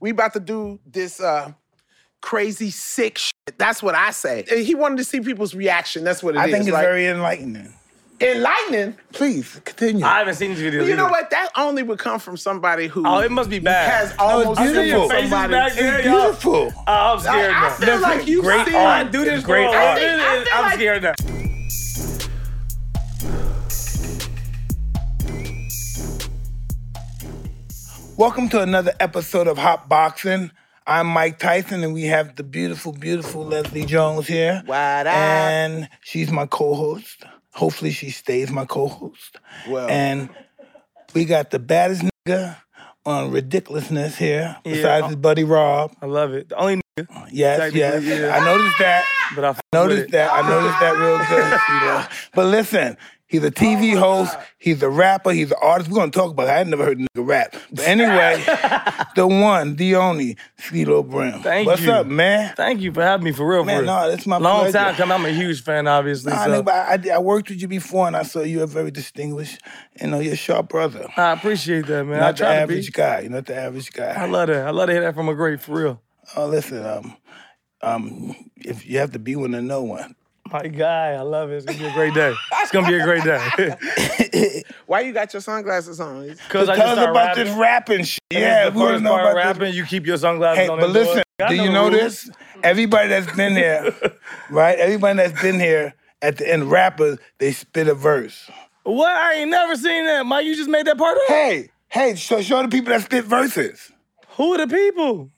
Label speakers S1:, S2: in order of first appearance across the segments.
S1: we about to do this uh, crazy sick shit. That's what I say. And He wanted to see people's reaction. That's what it is.
S2: I think it's
S1: like,
S2: very enlightening.
S1: enlightening. Please continue.
S3: I haven't seen these videos.
S1: you know
S3: either.
S1: what? That only would come from somebody who
S3: Oh, it must be bad.
S1: has almost
S2: it's
S1: killed
S2: beautiful.
S3: Faces
S1: somebody.
S3: back there,
S2: It's
S3: y'all.
S2: beautiful.
S3: Oh, I'm scared
S1: I- I
S3: now.
S1: feel Different. like you've
S3: great
S1: seen-
S3: art. I do this
S2: Great
S3: for a
S1: I
S2: art.
S1: think- I feel
S3: I'm
S1: like-
S3: scared now.
S2: Welcome to another episode of Hot Boxing. I'm Mike Tyson, and we have the beautiful, beautiful Leslie Jones here.
S1: What up?
S2: And she's my co-host. Hopefully, she stays my co-host.
S1: Well.
S2: and we got the baddest nigga on ridiculousness here, besides his buddy Rob.
S3: I love it. The only nigga,
S2: Yes,
S3: Technically,
S2: yes.
S3: yeah.
S2: I noticed that.
S3: but I f- with
S2: Noticed
S3: it.
S2: that. I noticed that real good. sweetheart. But listen, he's a
S3: Oh
S2: TV host. He's a rapper. He's an artist. We're gonna talk about. It. I ain't never heard a nigga rap. But anyway, the one, the only, CeeLo Brown.
S3: Thank
S2: What's
S3: you.
S2: up, man?
S3: Thank you for having me for real.
S2: Man,
S3: for real.
S2: no, that's my
S3: long
S2: pleasure.
S3: time coming. I'm a huge fan, obviously.
S2: Nah,
S3: so.
S2: nigga, but I, I, I worked with you before, and I saw you were very distinguished. You know, you're a sharp brother.
S3: I appreciate that, man. I
S2: Not the
S3: try to be.
S2: average guy. You're not the average guy.
S3: I love that. I love to hear that from a great, for real.
S2: oh, listen, um, um, if you have to be one to know one.
S3: My guy, I love it. It's gonna be a great day. It's gonna be a great day.
S1: Why you got your sunglasses on? It's-
S3: Because I
S2: Tell
S3: just
S2: us
S3: start
S2: about
S3: rapping.
S2: this rapping shit.
S3: yeah,
S2: Yeah,
S3: the
S2: we wanna
S3: first
S2: know
S3: part
S2: about this
S3: rapping, you keep your sunglasses
S2: Hey,
S3: on.
S2: but
S3: them doors.
S2: listen,
S3: I
S2: do you know
S3: the rules.
S2: this? Everybody that's been here, right? Everybody that's been here at the end, rappers, they spit a verse.
S3: What? I ain't never seen that, Mike. You just made that part up.
S2: Hey, hey, show, show the people that spit verses.
S3: Who are the people?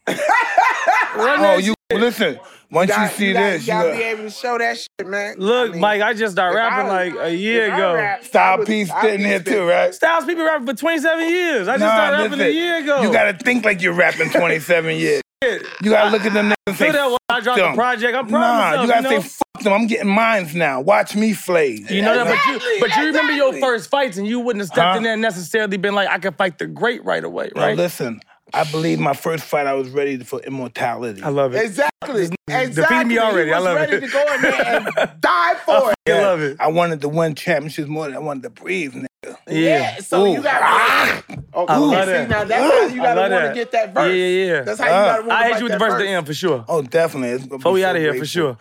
S3: Run
S2: Oh,
S3: that
S2: you listen. Once you,
S1: Y'all-
S2: see
S1: gotta-
S2: this, you
S1: y'all
S2: gotta,
S1: be able to show that shit, man.
S3: Look,
S1: I mean,
S3: Mike, I just started
S1: if
S3: rapping
S1: I was-
S3: like a year
S1: if I
S3: ago.
S1: rapped, I
S2: style
S1: would-
S2: piece
S1: I'd
S2: spitting
S1: be
S2: here
S1: spitting.
S2: too, right?
S3: Styles people rapping for 27 years. I just started rapping a
S2: listen,
S3: year ago.
S2: You gotta think like you're rapping 27 years. You gotta look at them niggas and say,
S3: do that while I
S2: "Fuck
S3: drop
S2: them."
S3: the project. I'm proud
S2: Nah,
S3: of myself.
S2: you gotta
S3: know?
S2: say, fuck them. I'm getting mines now. Watch me flay.
S3: You know that, but you,
S1: Exactly,
S3: but you remember your
S1: exactly.
S3: first fights, and you wouldn't have stepped
S2: Huh?
S3: in there and necessarily been like, I could fight the great right away,
S2: Now,
S3: right?
S2: listen, I believe my first fight, I was ready for immortality.
S3: I love it.
S1: Exactly. Exactly.
S3: defeated me already.
S1: He
S3: I
S1: was
S3: love
S1: ready
S3: it.
S1: to go in there and die for it.
S3: I love it.
S2: I wanted to win championships more than I wanted to breathe. Nigga.
S3: Yeah. Ah!
S1: Yeah, so you
S2: Ooh.
S1: got. Oh,
S3: I
S1: ooh,
S3: love
S1: see,
S3: that.
S1: now that's how you
S3: I
S1: gotta
S3: love
S1: want to
S3: that.
S1: get that verse.
S3: Yeah, yeah, yeah.
S1: That's how you gotta want to
S3: I hit you with the verse at the end for sure.
S2: Oh, definitely. It's gonna
S3: Before
S2: be
S3: we
S2: so
S3: out of here for
S2: grateful.
S3: sure.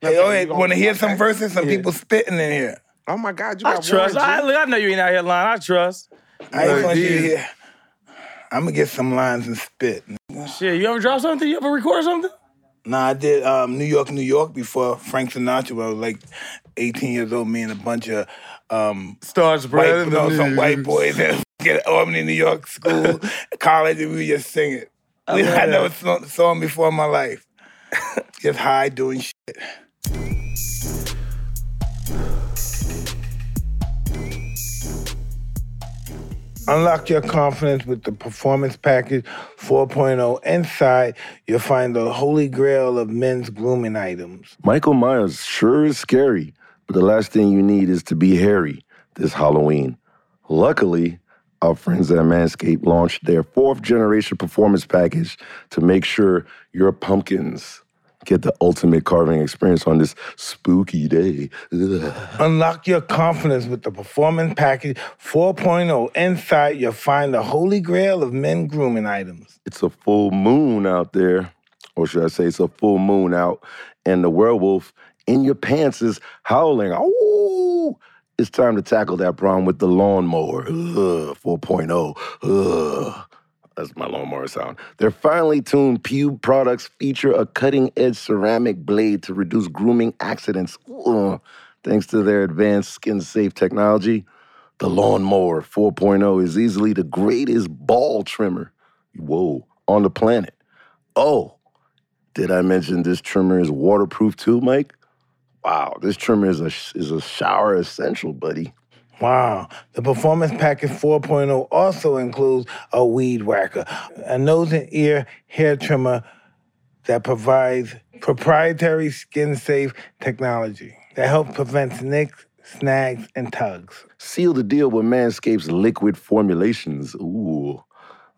S2: Hey, oh, hey,
S1: You gonna-
S2: want to hear some verses? Some
S3: Yeah.
S2: people spitting in here.
S1: Oh my God, you
S3: I
S1: got
S3: trust.
S1: Warren
S3: I,
S1: G.
S3: look, I know you ain't out here lying. I trust.
S2: I
S3: Right.
S2: ain't want you to
S3: Yeah.
S2: hear. I'm gonna get some lines and spit.
S3: Shit, you ever drop something? You ever record something?
S2: Nah, I did um, New York, New York before Frank Sinatra. When I was like 18 years old. Me and a bunch of um,
S3: Stars,
S2: white, you know, some white boys at fucking Albany, New York school, college, and we were just singing. We,
S3: love
S2: I
S3: that.
S2: never saw, saw him before in my life. just high doing shit. Unlock your confidence with the Performance Package 4.0. Inside, you'll find the holy grail of men's grooming items.
S4: Michael Myers sure is scary, but the last thing you need is to be hairy this Halloween. Luckily, our friends at Manscaped launched their fourth generation performance package to make sure your pumpkins get the ultimate carving experience on this spooky day. Ugh.
S2: Unlock your confidence with the Performance Package 4.0. Inside, you'll find the holy grail of men grooming items.
S4: It's a full moon out there, or should I say, it's a full moon out, and the werewolf in your pants is howling. Oh, it's time to tackle that problem with the lawnmower. Ugh, 4.0. Ugh. That's my lawnmower sound. Their finely tuned pube products feature a cutting edge ceramic blade to reduce grooming accidents. Ugh. Thanks to their advanced skin safe technology, the lawnmower 4.0 is easily the greatest ball trimmer whoa, on the planet. Oh, did I mention this trimmer is waterproof too, Mike? Wow, this trimmer is a is a shower essential, buddy.
S2: Wow. The Performance Package 4.0 also includes a weed whacker, a nose and ear hair trimmer that provides proprietary skin safe technology that helps prevent nicks, snags, and tugs.
S4: Seal the deal with Manscaped's liquid formulations. Ooh.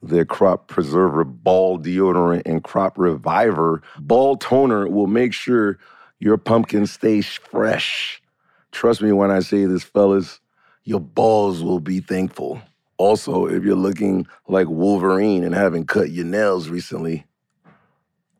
S4: Their crop preserver, ball deodorant, and crop reviver, ball toner will make sure your pumpkin stays fresh. Trust me when I say this, fellas, your balls will be thankful. Also, if you're looking like Wolverine and haven't cut your nails recently,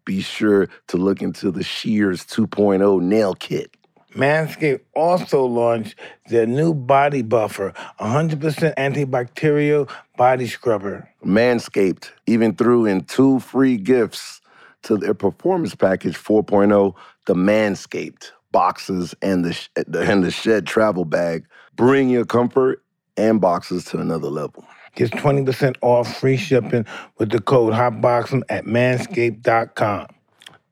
S4: be sure to look into the Shears 2.0 nail kit.
S2: Manscaped also launched their new body buffer, 100% antibacterial body scrubber.
S4: Manscaped even threw in two free gifts to their performance package 4.0, the Manscaped boxes and the sh- and the shed travel bag. Bring your comfort and boxes to another level.
S2: Get 20% off free shipping with the code HOTBOXING at manscaped.com.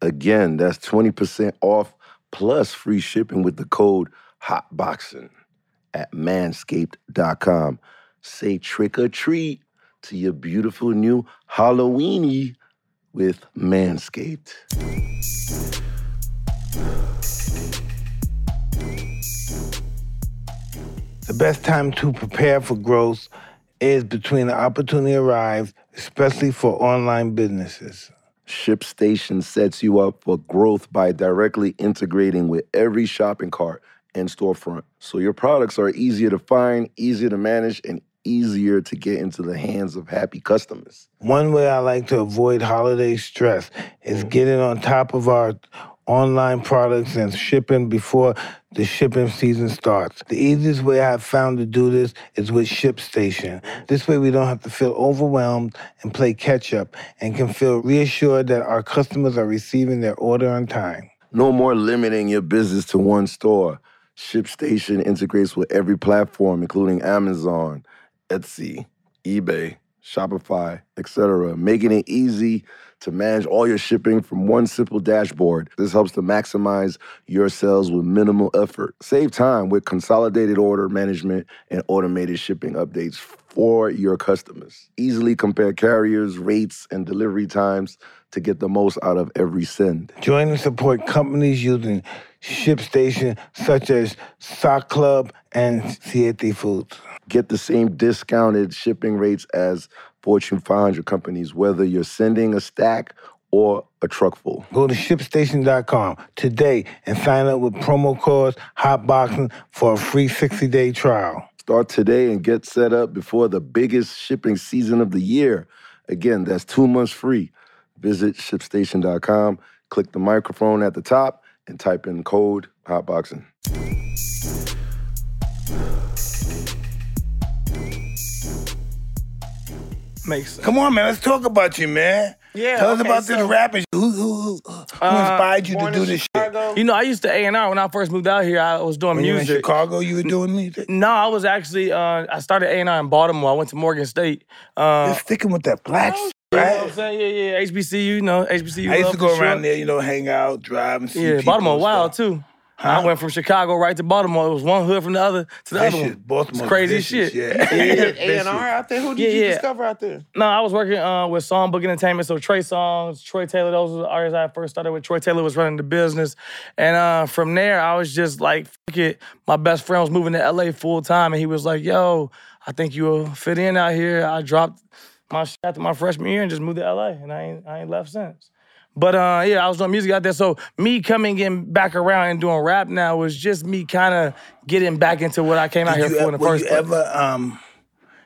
S4: Again, that's 20% off plus free shipping with the code HOTBOXING at manscaped.com. Say trick or treat to your beautiful new Halloweeny with Manscaped.
S2: The best time to prepare for growth is between the opportunity arrives, especially for online businesses.
S4: ShipStation sets you up for growth by directly integrating with every shopping cart and storefront. So your products are easier to find, easier to manage, and easier to get into the hands of happy customers.
S2: One way I like to avoid holiday stress is getting on top of our online products and shipping before the shipping season starts. The easiest way I've found to do this is with ShipStation. This way we don't have to feel overwhelmed and play catch up and can feel reassured that our customers are receiving their order on time.
S4: No more limiting your business to one store. ShipStation integrates with every platform, including Amazon, Etsy, eBay, Shopify, etc., making it easy to manage all your shipping from one simple dashboard. This helps to maximize your sales with minimal effort. Save time with consolidated order management and automated shipping updates for your customers. Easily compare carriers, rates, and delivery times to get the most out of every send.
S2: Join and support companies using ShipStation such as Sock Club and Siete Foods.
S4: Get the same discounted shipping rates as Fortune 500 companies, whether you're sending a stack or a truckful.
S2: Go to shipstation.com today and sign up with promo code HOTBOXING for a free 60-day trial.
S4: Start today and get set up before the biggest shipping season of the year. Again, that's two months free. Visit shipstation.com, click the microphone at the top, and type in code hotboxing.
S3: Makes sense.
S2: Come on, man. Let's talk about you, man.
S1: Yeah,
S2: Tell us
S1: okay,
S2: about this
S1: so-
S2: rapping. Who, who, who, who
S3: Uh,
S2: inspired you to do this shit?
S3: You know, I used to A and R when I first moved out here. I was doing
S2: When you were in
S3: music.
S2: Chicago, you were doing music?
S3: No, I was actually uh, I started A and R in Baltimore. I went to Morgan State. Uh,
S2: You're sticking with that black shit,
S3: You know what
S2: right?
S3: I'm saying? Yeah, yeah. HBCU, you know, HBCU.
S2: I used
S3: love
S2: to
S3: for
S2: go
S3: sure.
S2: around there, you know, hang out, drive, and see
S3: Yeah,
S2: people
S3: Baltimore
S2: and
S3: wild
S2: stuff.
S3: too. I went from Chicago right to Baltimore. It was one hood from the other to the
S2: That
S3: other
S2: shit,
S3: one.
S2: Baltimore's
S3: It's crazy
S2: vicious,
S3: shit.
S2: Yeah.
S1: A and R out there. Who did
S3: Yeah,
S1: you
S3: yeah.
S1: discover out there?
S3: No, I was working uh, with Songbook Entertainment, so Trey Songs, Troy Taylor, those were the artists I first started with. Troy Taylor was running the business. And uh, from there, I was just like, fuck it. My best friend was moving to LA full time, and he was like, yo, I think you will fit in out here. I dropped my shit after my freshman year and just moved to LA, and I ain't, I ain't left since. But uh, yeah, I was doing music out there. So me coming in back around and doing rap now was just me kind of getting back into what I came out here
S2: Did you,
S3: for in
S2: ever,
S3: the
S2: were
S3: first
S2: you
S3: place.
S2: ever, um,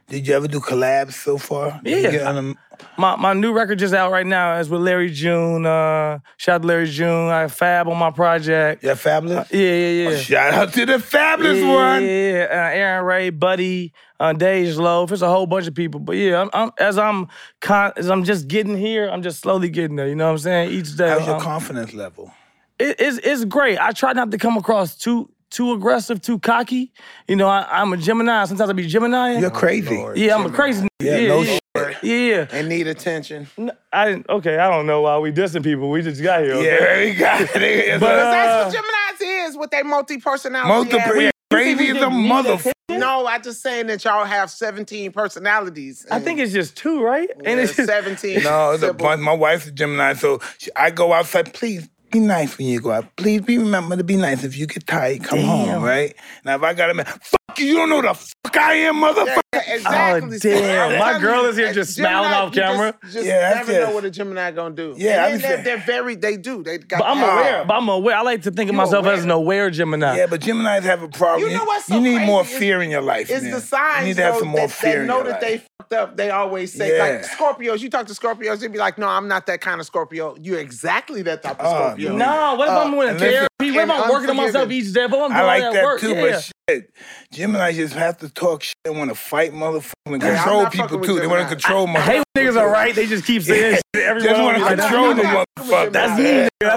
S2: did you ever do collabs so far? Did you
S3: Yeah.
S2: get on a-
S3: My my new record just out right now is with Larry June. Uh, shout out to Larry June. I have Fab on my project.
S2: yeah, fabulous?
S3: Yeah, yeah, yeah.
S2: Shout out to the fabulous
S3: yeah,
S2: Oh, one.
S3: Yeah, yeah. Uh, Aaron Ray, Buddy, uh, Dej Loaf. It's a whole bunch of people. But yeah, I'm, I'm, as I'm con- as I'm just getting here, I'm just slowly getting there. You know what I'm saying? Each day,
S2: How's your
S3: I'm-
S2: confidence level?
S3: it- it's it's great. I try not to come across too too aggressive, too cocky. You know, I, I'm a Gemini. Sometimes I be Gemini.
S2: You're crazy.
S3: yeah, I'm a crazy. n-
S2: Oh, Yeah,
S3: yeah,
S2: no
S3: yeah.
S2: shit.
S3: yeah, yeah.
S1: And need attention.
S3: N- I didn't. Okay, I don't know why we dissing people. We just got here. Okay?
S2: Yeah, we got it.
S3: But,
S2: But, uh,
S3: uh,
S1: That's what Gemini's is with their multi-personality.
S2: multiple
S1: habit.
S2: crazy as a motherfucker.
S1: No, I just saying that y'all have 17 personalities.
S3: I think it's just two, right?
S1: and
S3: it's
S1: it's
S3: just,
S1: 17.
S2: No, it's a
S1: Simple.
S2: bunch. My wife's a Gemini, so she, I go outside. Please Be nice when you go out. Please be remember to be nice. If you get tired, come home, right? Now if I got a man, fuck you, you don't know the fuck I am, motherfucker.
S1: exactly.
S3: Oh, damn.
S1: I'm
S3: My
S1: telling
S3: girl
S1: you,
S3: is here
S1: a
S3: just smiling off
S1: you
S3: camera.
S1: Just, just
S2: Yeah, that's
S1: never
S2: it.
S1: know what a Gemini gonna do.
S2: Yeah, I
S1: and then
S2: be saying-
S1: they're, they're very. They do. They got.
S3: But I'm
S1: that-
S3: aware. But I'm aware. I like to think of
S1: You
S3: myself
S1: aware.
S3: as an aware Gemini.
S2: Yeah, but Gemini's have a problem.
S1: You know what's so
S2: You need
S1: crazy
S2: more
S1: is-
S2: fear in your life.
S1: It's
S2: man.
S1: the signs
S2: You need to have
S1: though,
S2: some more
S1: that,
S2: fear
S1: that
S2: in
S1: know
S2: your
S1: that they
S2: life.
S1: fucked up. They always say like
S2: Yeah.
S1: Scorpios. You talk to Scorpios, they'd be like, "No, I'm not that kind of Scorpio. You're exactly that type of
S2: Oh,
S1: Scorpio."
S3: No, what if
S1: Uh,
S3: I'm going to
S2: and listen-
S3: therapy? What if
S1: and
S3: I'm working on myself
S1: unforgiving.
S3: each day? What if I'm doing
S2: I like
S3: all
S2: that
S3: work?
S2: too,
S3: yeah.
S2: but shit. Gemini just have to talk shit and want to fight motherfuckers and
S1: Yeah, I'm
S2: control
S1: not fucking
S2: people
S1: with
S2: too. They want to
S1: Gemini.
S2: control
S3: I hate
S2: motherfuckers.
S3: when niggas are right. They just keep saying shit. Everyone
S2: Just want
S3: be
S2: to
S3: like,
S1: I'm
S2: control
S1: not
S2: the
S1: fucking with Gemini.
S2: motherfucker.
S3: That's me. nigga. I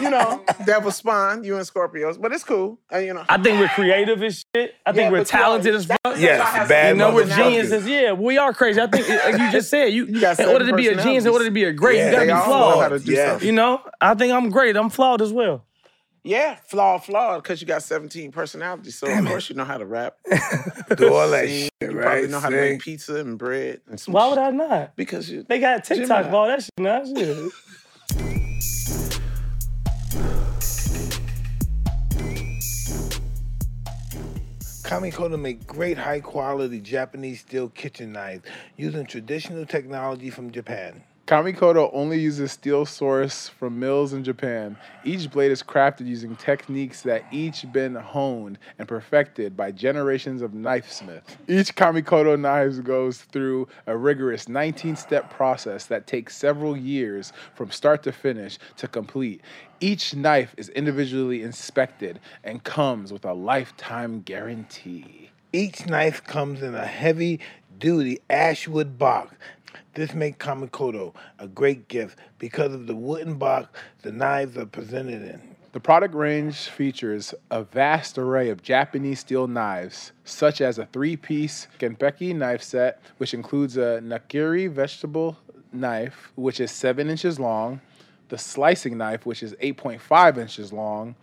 S3: know.
S1: you know, devil spawn, you and Scorpios, but it's cool. Uh, you know,
S3: I think we're creative as shit. I think
S1: Yeah,
S3: we're
S1: but you are-
S3: talented as fuck.
S1: that's-
S2: Yes,
S1: that's why I have
S2: bad
S1: some
S3: You know, we're
S2: motherfuckers.
S1: personality.
S3: geniuses. Yeah, we are crazy. I think, like you just said, you,
S1: got
S3: in order
S1: seven
S3: to be a genius, in order to be a great,
S2: Yeah,
S3: you gotta
S1: They
S3: be
S1: all know how
S3: flawed.
S1: to do
S2: Yeah.
S1: something.
S3: You know, I think I'm great. I'm flawed as well.
S1: Yeah, flawed, flawed, because you got 17 personalities. So of course you know how to rap.
S2: Do all that
S1: Sing,
S2: shit,
S1: you
S2: right?
S1: probably know how to
S2: Sing.
S1: make pizza and bread and some
S3: Why would
S1: shit.
S3: I not?
S1: Because you
S3: They got TikTok
S1: Gemini.
S3: of all that shit now. Shit.
S2: Kami Koda make great high quality Japanese steel kitchen knives using traditional technology from Japan.
S5: Kamikoto only uses steel sourced from mills in Japan. Each blade is crafted using techniques that each been honed and perfected by generations of knifesmith. Each Kamikoto knives goes through a rigorous 19-step process that takes several years from start to finish to complete. Each knife is individually inspected and comes with a lifetime guarantee.
S2: Each knife comes in a heavy duty ash wood box. This makes Kamikoto a great gift because of the wooden box the knives are presented in.
S5: The product range features a vast array of Japanese steel knives, such as a three piece Genpeki knife set, which includes a Nakiri vegetable knife, which is seven inches long, the slicing knife, which is 8.5 inches long,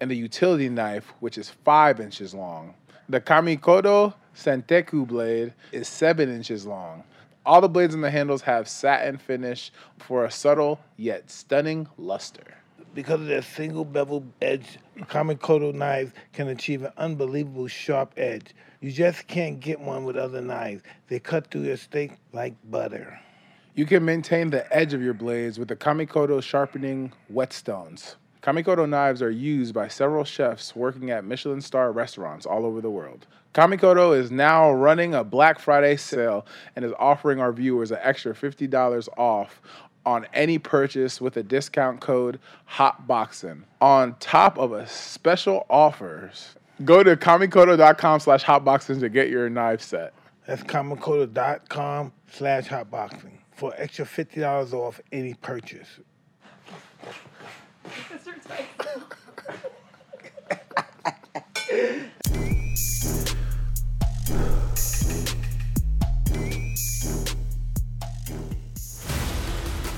S5: and the utility knife, which is five inches long. The Kamikodo Senteku blade is seven inches long. All the blades and the handles have satin finish for a subtle yet stunning luster.
S2: Because of their single bevel edge, Kamikoto knives can achieve an unbelievable sharp edge. You just can't get one with other knives. They cut through your steak like butter.
S5: You can maintain the edge of your blades with the Kamikoto sharpening whetstones. Kamikoto knives are used by several chefs working at Michelin star restaurants all over the world. Kamikoto is now running a Black Friday sale and is offering our viewers an extra $50 off on any purchase with a discount code HOTBOXIN on top of a special offers. Go to kamikoto.com slash hotboxing to get your knife set.
S2: That's Kamikoto.com slash hotboxing for extra $50 off any purchase.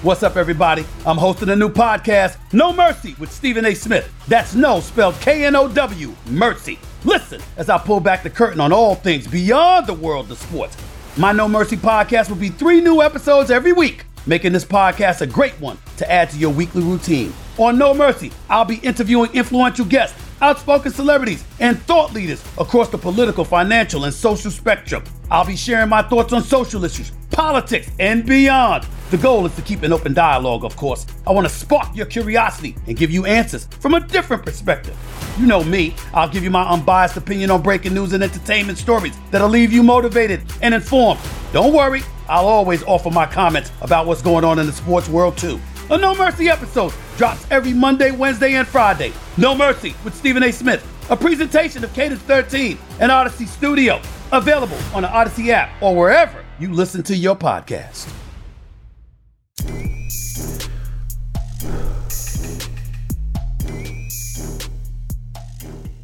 S6: What's up, everybody? I'm hosting a new podcast, No Mercy, with Stephen A. Smith. That's no spelled K N O W, Mercy. Listen as I pull back the curtain on all things beyond the world of sports. My No Mercy podcast will be three new episodes every week, making this podcast a great one to add to your weekly routine. On No Mercy, I'll be interviewing influential guests, outspoken celebrities, and thought leaders across the political, financial, and social spectrum. I'll be sharing my thoughts on social issues, politics, and beyond. The goal is to keep an open dialogue, of course. I want to spark your curiosity and give you answers from a different perspective. You know me, I'll give you my unbiased opinion on breaking news and entertainment stories that'll leave you motivated and informed. Don't worry, I'll always offer my comments about what's going on in the sports world, too. A No Mercy episode drops every Monday, Wednesday, and Friday. No Mercy with Stephen A. Smith, a presentation of Cadence 13 and Odyssey Studio, available on the Odyssey app or wherever you listen to your podcast.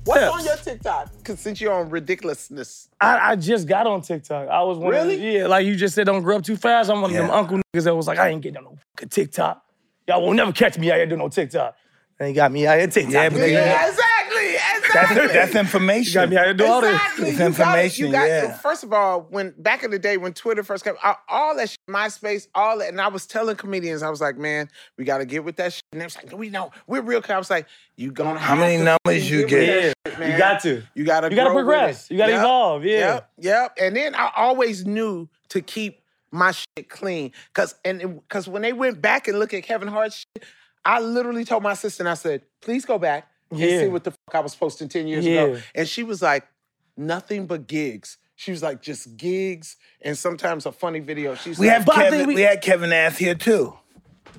S1: What's
S3: Yes.
S1: on your TikTok? Because since you're on ridiculousness,
S3: I, I just got on TikTok. I was one of the-
S1: Really?
S3: yeah, like you just said, don't grow up too fast. I'm one of them
S2: Yeah.
S3: uncle niggas that was like, I ain't getting on no fucking TikTok. Y'all will never catch me out here doing no TikTok. And he got me out here TikTok.
S2: Yeah, because
S1: yeah, exactly,
S2: That's,
S1: Exactly.
S2: that's information.
S3: You got me out here doing all this.
S1: Exactly. You
S2: It's
S1: gotta-
S2: information,
S1: You got,
S2: yeah.
S1: First of all, when back in the day when Twitter first came, I- all that shit, MySpace, all that, and I was telling comedians, I was like, man, we got to get with that shit. And they was like, we know, we're real. I was like, you gonna
S2: How
S1: have
S2: many
S1: to
S2: numbers
S1: fucking
S2: you
S1: with
S2: get?
S1: that
S3: Yeah,
S1: shit,
S3: you
S1: man.
S3: got to.
S1: You got to.
S3: You gotta progress. You gotta evolve, yeah.
S1: Yep. Yep. And then I always knew to keep my shit clean, cause and cause when they went back and look at Kevin Hart's shit, I literally told my sister, and I said, please go back and
S3: Yeah.
S1: see what the fuck I was posting ten years ago.
S3: Yeah.
S1: And she was like, nothing but gigs. She was like, just gigs and sometimes a funny video. She's
S2: We
S1: like,
S2: have
S3: But I think
S2: Kevin. We,
S3: we-
S2: had Kevin Ass here too.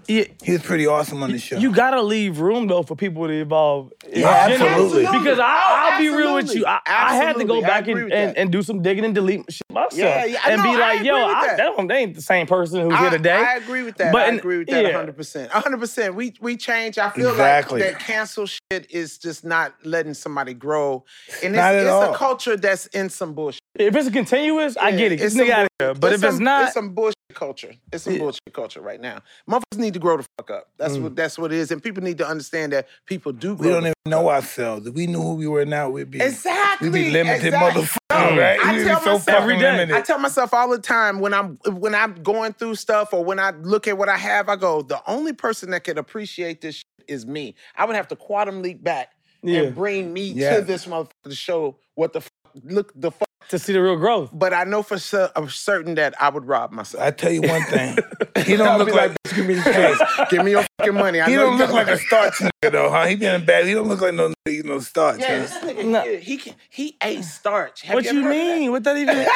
S3: Yeah,
S2: He was pretty awesome on the show.
S3: You gotta leave room though for people to evolve. in
S2: Yeah,
S3: general.
S2: absolutely.
S3: Because I, I'll be real with you. I, I had to go
S1: Absolutely. I
S3: back
S1: agree
S3: and,
S1: with
S3: and,
S1: that.
S3: and do some digging and delete shit myself.
S1: Yeah, yeah, no,
S3: and be
S1: I
S3: like, yo,
S1: agree with
S3: I,
S1: that.
S3: that don't, they ain't the same person who's here today.
S1: I agree with that.
S3: But
S1: I
S3: in-
S1: agree with that
S3: yeah.
S1: 100%. 100%. We we change. I feel
S2: Exactly.
S1: like that cancel shit is just not letting somebody grow. And it's,
S2: Not at
S1: it's
S2: all.
S1: a culture that's in some bullshit.
S3: If it's continuous, I get it.
S1: It's
S3: This
S1: some
S3: nigga out
S1: bull-
S3: of here. But if it's
S1: some-
S3: not,
S1: it's some bullshit culture. It's some bullshit culture right now. Motherfuckers need to grow the fuck up. That's
S3: Mm.
S1: what that's what it is. And people need to understand that people do grow.
S2: we don't
S1: the
S2: even know ourselves. If we knew who we were now, we'd be
S1: Exactly.
S2: we'd be limited
S1: exactly.
S2: motherfuckers, right?
S1: I tell
S2: we'd be so
S1: myself-
S2: fucking
S3: Every day.
S2: limited.
S1: I tell myself all the time when I'm when I'm going through stuff or when I look at what I have, I go, the only person that can appreciate this shit is me. I would have to quantum leap back
S3: Yeah.
S1: and bring me
S2: Yeah.
S1: to this motherfucker to show what the fuck, look the fuck.
S3: to see the real growth.
S1: But I know for cer- I'm certain that I would rob myself.
S2: I tell you one thing. He don't look like
S1: this face. Give me your fucking money. I
S2: he
S1: know
S2: don't
S1: you
S2: look
S1: got-
S2: like a starch nigga though, huh? He been bad. He don't look like no nigga, he no starch.
S1: Yeah,
S2: huh?
S1: this nigga,
S3: No.
S1: yeah, he can, he ate starch. Have
S3: What
S1: ever
S3: you
S1: heard of that?
S3: mean? What that even? like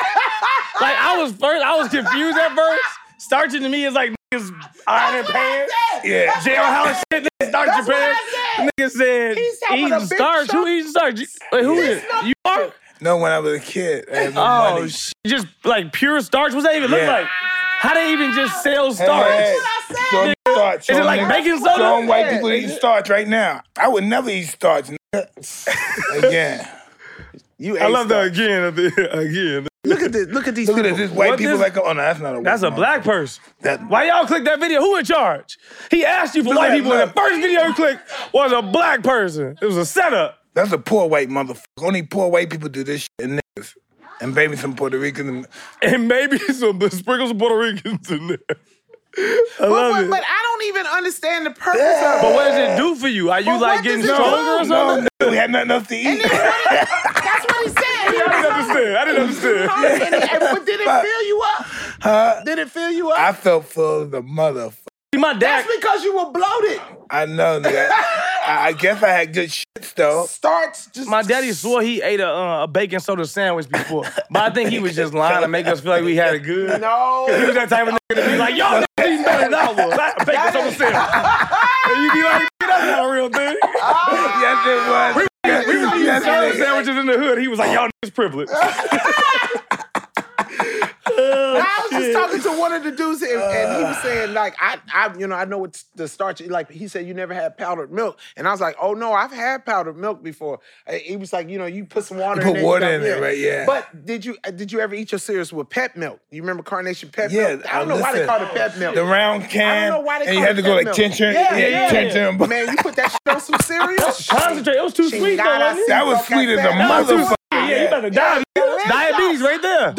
S3: I was first, I was confused at first. Starching to me is like niggas ironing pants.
S2: Yeah.
S3: Jailhouse shit, niggas starch your
S1: That's what I
S3: pants.
S1: said.
S3: Nigga said,
S1: He's having a
S3: eating
S1: big
S3: starch. Who
S1: shop-
S3: eating starch? Wait, who
S1: This
S3: is?
S1: not-
S3: You are?
S2: No, when I was a kid. I had no
S3: Oh,
S2: money.
S3: sh- just like pure starch. What's that even look
S2: Yeah.
S3: like? How they even just sell
S2: Hey,
S3: starch?
S2: hey,
S1: That's what I said.
S2: show 'em starch.
S3: Is
S2: show
S3: it
S2: 'em
S3: like
S2: niggas.
S3: baking
S2: Show 'em
S3: soda?
S2: white people that eat starch right now. I would never eat starch. nigga. Again.
S1: You ate
S3: I love that
S1: starch.
S3: again, again.
S1: Look at this. Look at these.
S2: Look at
S1: people.
S2: this. This white
S3: What
S2: people
S3: this-
S2: like, oh no, that's not a.
S3: That's a
S2: white
S3: black person.
S2: That-
S3: Why y'all click that video? Who in charge? He asked you for
S2: Look
S3: white
S2: at-
S3: people, and the
S2: look.
S3: first video he clicked was a black person. It was a setup.
S2: That's a poor white motherfucker. Only poor white people do this shit and niggas. And maybe some Puerto Ricans. And,
S3: And maybe some sprinkles of Puerto Ricans in there. I
S1: But,
S3: love
S1: but,
S3: it.
S1: but I don't even understand the purpose of it.
S3: But what does it do for you? Are you
S1: But
S3: like
S1: what
S3: getting
S1: does it
S3: stronger or
S1: do?
S3: something?
S2: no, no, we had nothing else to eat.
S1: That's what he said. He
S3: I didn't understand. I didn't understand.
S1: was hungry, and- but did it fill you up?
S2: Huh?
S1: Did it fill you up?
S2: I felt full of the motherfucker.
S3: See, My dad.
S1: That's because you were bloated.
S2: I know nigga. I, I guess I had good shits though.
S1: Starts just.
S3: My daddy swore he ate a, uh, a bacon soda sandwich before, but I think he was just lying to make us feel like we had it good. He
S1: No.
S3: was that type of nigga to be like, y'all niggas eating better than I was. I had a bacon soda sandwich. And you be like, "Nigga, that's not a real thing.
S1: Ah,
S2: Yes, it was.
S3: We was eating
S2: Yes,
S3: soda
S2: nigga.
S3: sandwiches in the hood. He was like, y'all niggas privileged.
S1: I was just talking to one of the dudes, and, and he
S2: Uh.
S1: was saying like, I, I, you know, I know it's the starch. Like he said, you never had powdered milk, and I was like, oh no, I've had powdered milk before. Uh, He was like, you know, you put some water,
S2: You
S1: in
S2: put
S1: it, you
S2: water
S1: got
S2: in it,
S1: milk."
S2: right, yeah.
S1: But did you uh, did you ever eat your cereals with pep milk? You remember Carnation pep
S2: Yeah,
S1: milk? I don't
S2: uh,
S1: know why they
S2: listen,
S1: called it pep milk.
S2: The round can.
S1: know why they
S2: and you
S1: call
S2: had
S1: it
S2: to go
S1: that
S2: like
S1: milk.
S2: tension.
S1: Yeah, yeah.
S2: tension.
S1: Man, you put that shit on some cereal.
S3: Concentrate. It was too sweet, though, wasn't it?
S2: That was sweet as a
S3: That was too
S2: motherfucker.
S3: sweet. Yeah, you about to die. nigga. Diabetes right there.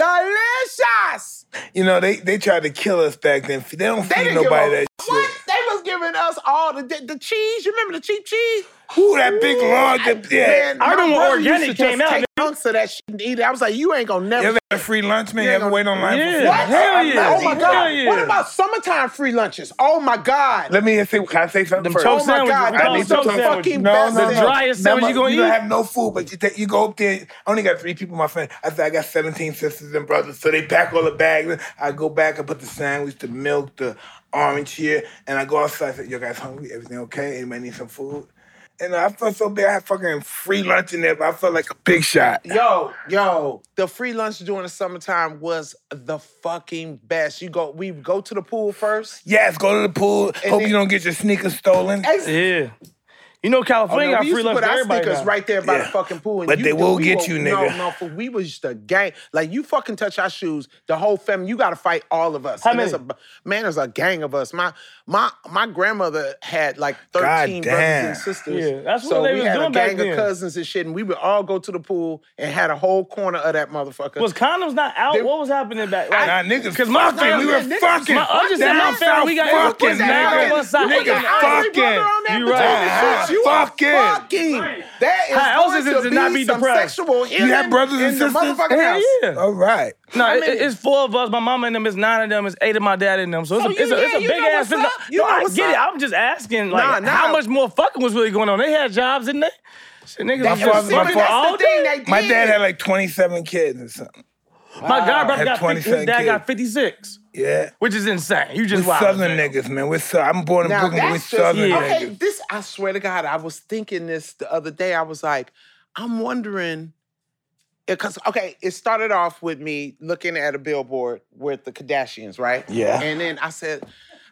S1: Delicious.
S2: You know, they, they tried to kill us back then. They don't
S1: They
S2: feed
S1: didn't
S2: nobody
S1: give
S2: that
S1: a what? They was giving us all the, the cheese. You remember the cheap cheese?
S2: shit. Ooh, that big log. that- Yeah.
S1: Man,
S3: I remember
S1: my
S3: when
S1: brother used
S3: organic
S1: to just
S3: came out,
S1: Take
S3: nigga.
S1: chunks of that shit and eat it. I was like, you ain't gonna
S2: You
S1: never.
S2: ever had a free lunch, man? You ever wait online for
S3: Yeah.
S2: food?
S1: What?
S3: Hell yeah.
S1: Oh my
S3: Hell
S1: god.
S3: yeah.
S1: What about summertime free lunches? Oh my god.
S2: Let me say, can I say something
S3: Them
S2: first?
S3: choke
S1: Oh my
S3: sandwiches.
S1: God,
S3: We call
S2: I
S1: that
S2: need
S1: was
S3: them
S1: the
S2: some
S3: choke
S2: chocolate.
S1: fucking
S3: sandwiches.
S2: No,
S1: best
S2: no,
S3: The
S1: thing.
S3: driest
S2: Now,
S3: sandwich
S2: my-
S3: you gonna
S2: you don't
S3: eat.
S2: have no food, but you take you go up there. I only got three people, my friend. I said I got seventeen sisters and brothers, so they pack all the bags. I go back, I put the sandwich, the milk, the orange here, and I go outside. I said, "You guys hungry? Everything okay? Anybody need some food?" And I felt so bad. I had fucking free lunch in there, but I felt like a big shot.
S1: Yo, yo, the free lunch during the summertime was the fucking best. You go, we go to the pool first.
S2: Yes, go to the pool. Hope
S1: then-
S2: you don't get your sneakers stolen.
S1: Ex-
S3: Yeah. You You know California
S1: Oh, no,
S3: got
S1: we used
S3: free
S1: to
S3: lunch
S1: put
S3: for
S1: our
S3: everybody.
S1: sneakers
S3: now.
S1: right there by the
S2: Yeah.
S1: fucking pool. And
S2: But
S1: you
S2: they
S1: do-
S2: will
S1: we
S2: get
S1: were-
S2: you,
S1: No,
S2: nigga.
S1: no, for we was the gang. Like you fucking touch our shoes, the whole family. You gotta fight all of us.
S3: How
S1: And there's
S3: many?
S1: A, man, there's a gang of us. My my my grandmother had like
S2: God
S1: 13 brothers
S2: damn.
S1: and sisters.
S3: Yeah, that's what
S1: so
S3: they
S1: we
S3: was
S1: had
S3: doing
S1: a
S3: back
S1: gang
S3: then.
S1: of cousins and shit, and we would all go to the pool and had a whole corner of that motherfucker.
S3: Was condoms not out?
S1: They-
S3: what was happening back?
S2: Nah,
S3: Like,
S2: niggas.
S3: Cause my
S2: fucking,
S3: family-
S2: we were
S1: niggas-
S2: fucking.
S3: my- I just said my
S2: down
S3: family, we
S2: south
S3: got-
S2: fucking
S3: What's happening?
S2: nigga.
S3: What's happening?
S2: Nigga,
S1: Nigga, every brother
S2: fucking.
S1: on that
S3: You
S1: bitch,
S2: right.
S1: since you are
S2: Fucking.
S1: fucking. That is
S3: How else
S1: going
S3: is it
S1: to
S3: to not be
S1: some
S3: depressed?
S1: sexual healing
S2: You have brothers and
S1: in the
S2: sisters.
S1: motherfucking house.
S3: yeah.
S2: All right.
S3: no, uh, it- it's four of us. My mama and them. It's nine of them. It's eight of my dad and them. So it's
S1: So
S3: a,
S1: you-
S3: it's a, it's
S1: yeah,
S3: a
S1: you
S3: big
S1: know
S3: ass.
S1: what's up. You
S3: no,
S1: know
S3: I
S1: what's
S3: get it.
S1: up.
S3: I'm just asking, like,
S1: Nah, nah.
S3: how much more fucking was really going on? They had jobs, didn't they? Shit, niggas,
S1: That-
S3: was
S1: you
S2: father-
S1: see,
S2: my
S1: but
S2: father-
S1: that's
S3: all
S1: the thing
S3: day.
S1: they did.
S2: My dad had like 27 kids or something.
S3: My god brother
S2: Had
S3: got 50, his
S2: 27
S3: dad
S2: kids.
S3: got 56,
S2: Yeah.
S3: which is insane. You
S2: We
S3: just wild.
S2: Southern niggas, man. We're so, I'm born in
S1: Now
S2: Brooklyn, but we're
S1: that's just
S2: Southern
S3: yeah.
S1: okay.
S2: niggas.
S1: This I swear to God, I was thinking this the other day. I was like, I'm wondering. Because okay, it started off with me looking at a billboard with the Kardashians, right?
S2: Yeah.
S1: And then I said,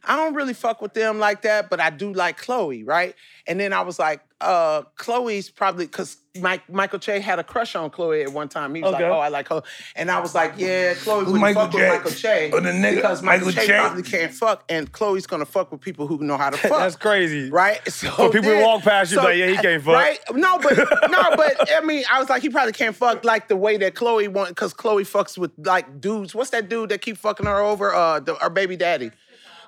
S1: I don't really fuck with them like that, but I do like Chloe, right? And then I was like, uh, Chloe's probably because Mike Michael Che had a crush on Chloe at one time. He was
S3: Okay.
S1: like, Oh, I like her. And I was like, Yeah, Chloe wouldn't
S2: Michael
S1: fuck
S2: Che?
S1: with Michael Che.
S2: Oh, the nigga,
S1: Because Michael,
S2: Michael
S1: Che,
S2: Che?
S1: probably can't fuck, and Chloe's gonna fuck with people who know how to fuck.
S3: That's crazy.
S1: Right? So
S3: people
S1: then-
S3: walk past you, like, yeah, he can't fuck.
S1: Right? No, but no, but I mean, I was like, he probably can't fuck like the way that Chloe want, because Chloe fucks with like dudes. What's that dude that keep fucking her over? Uh, the, her baby daddy.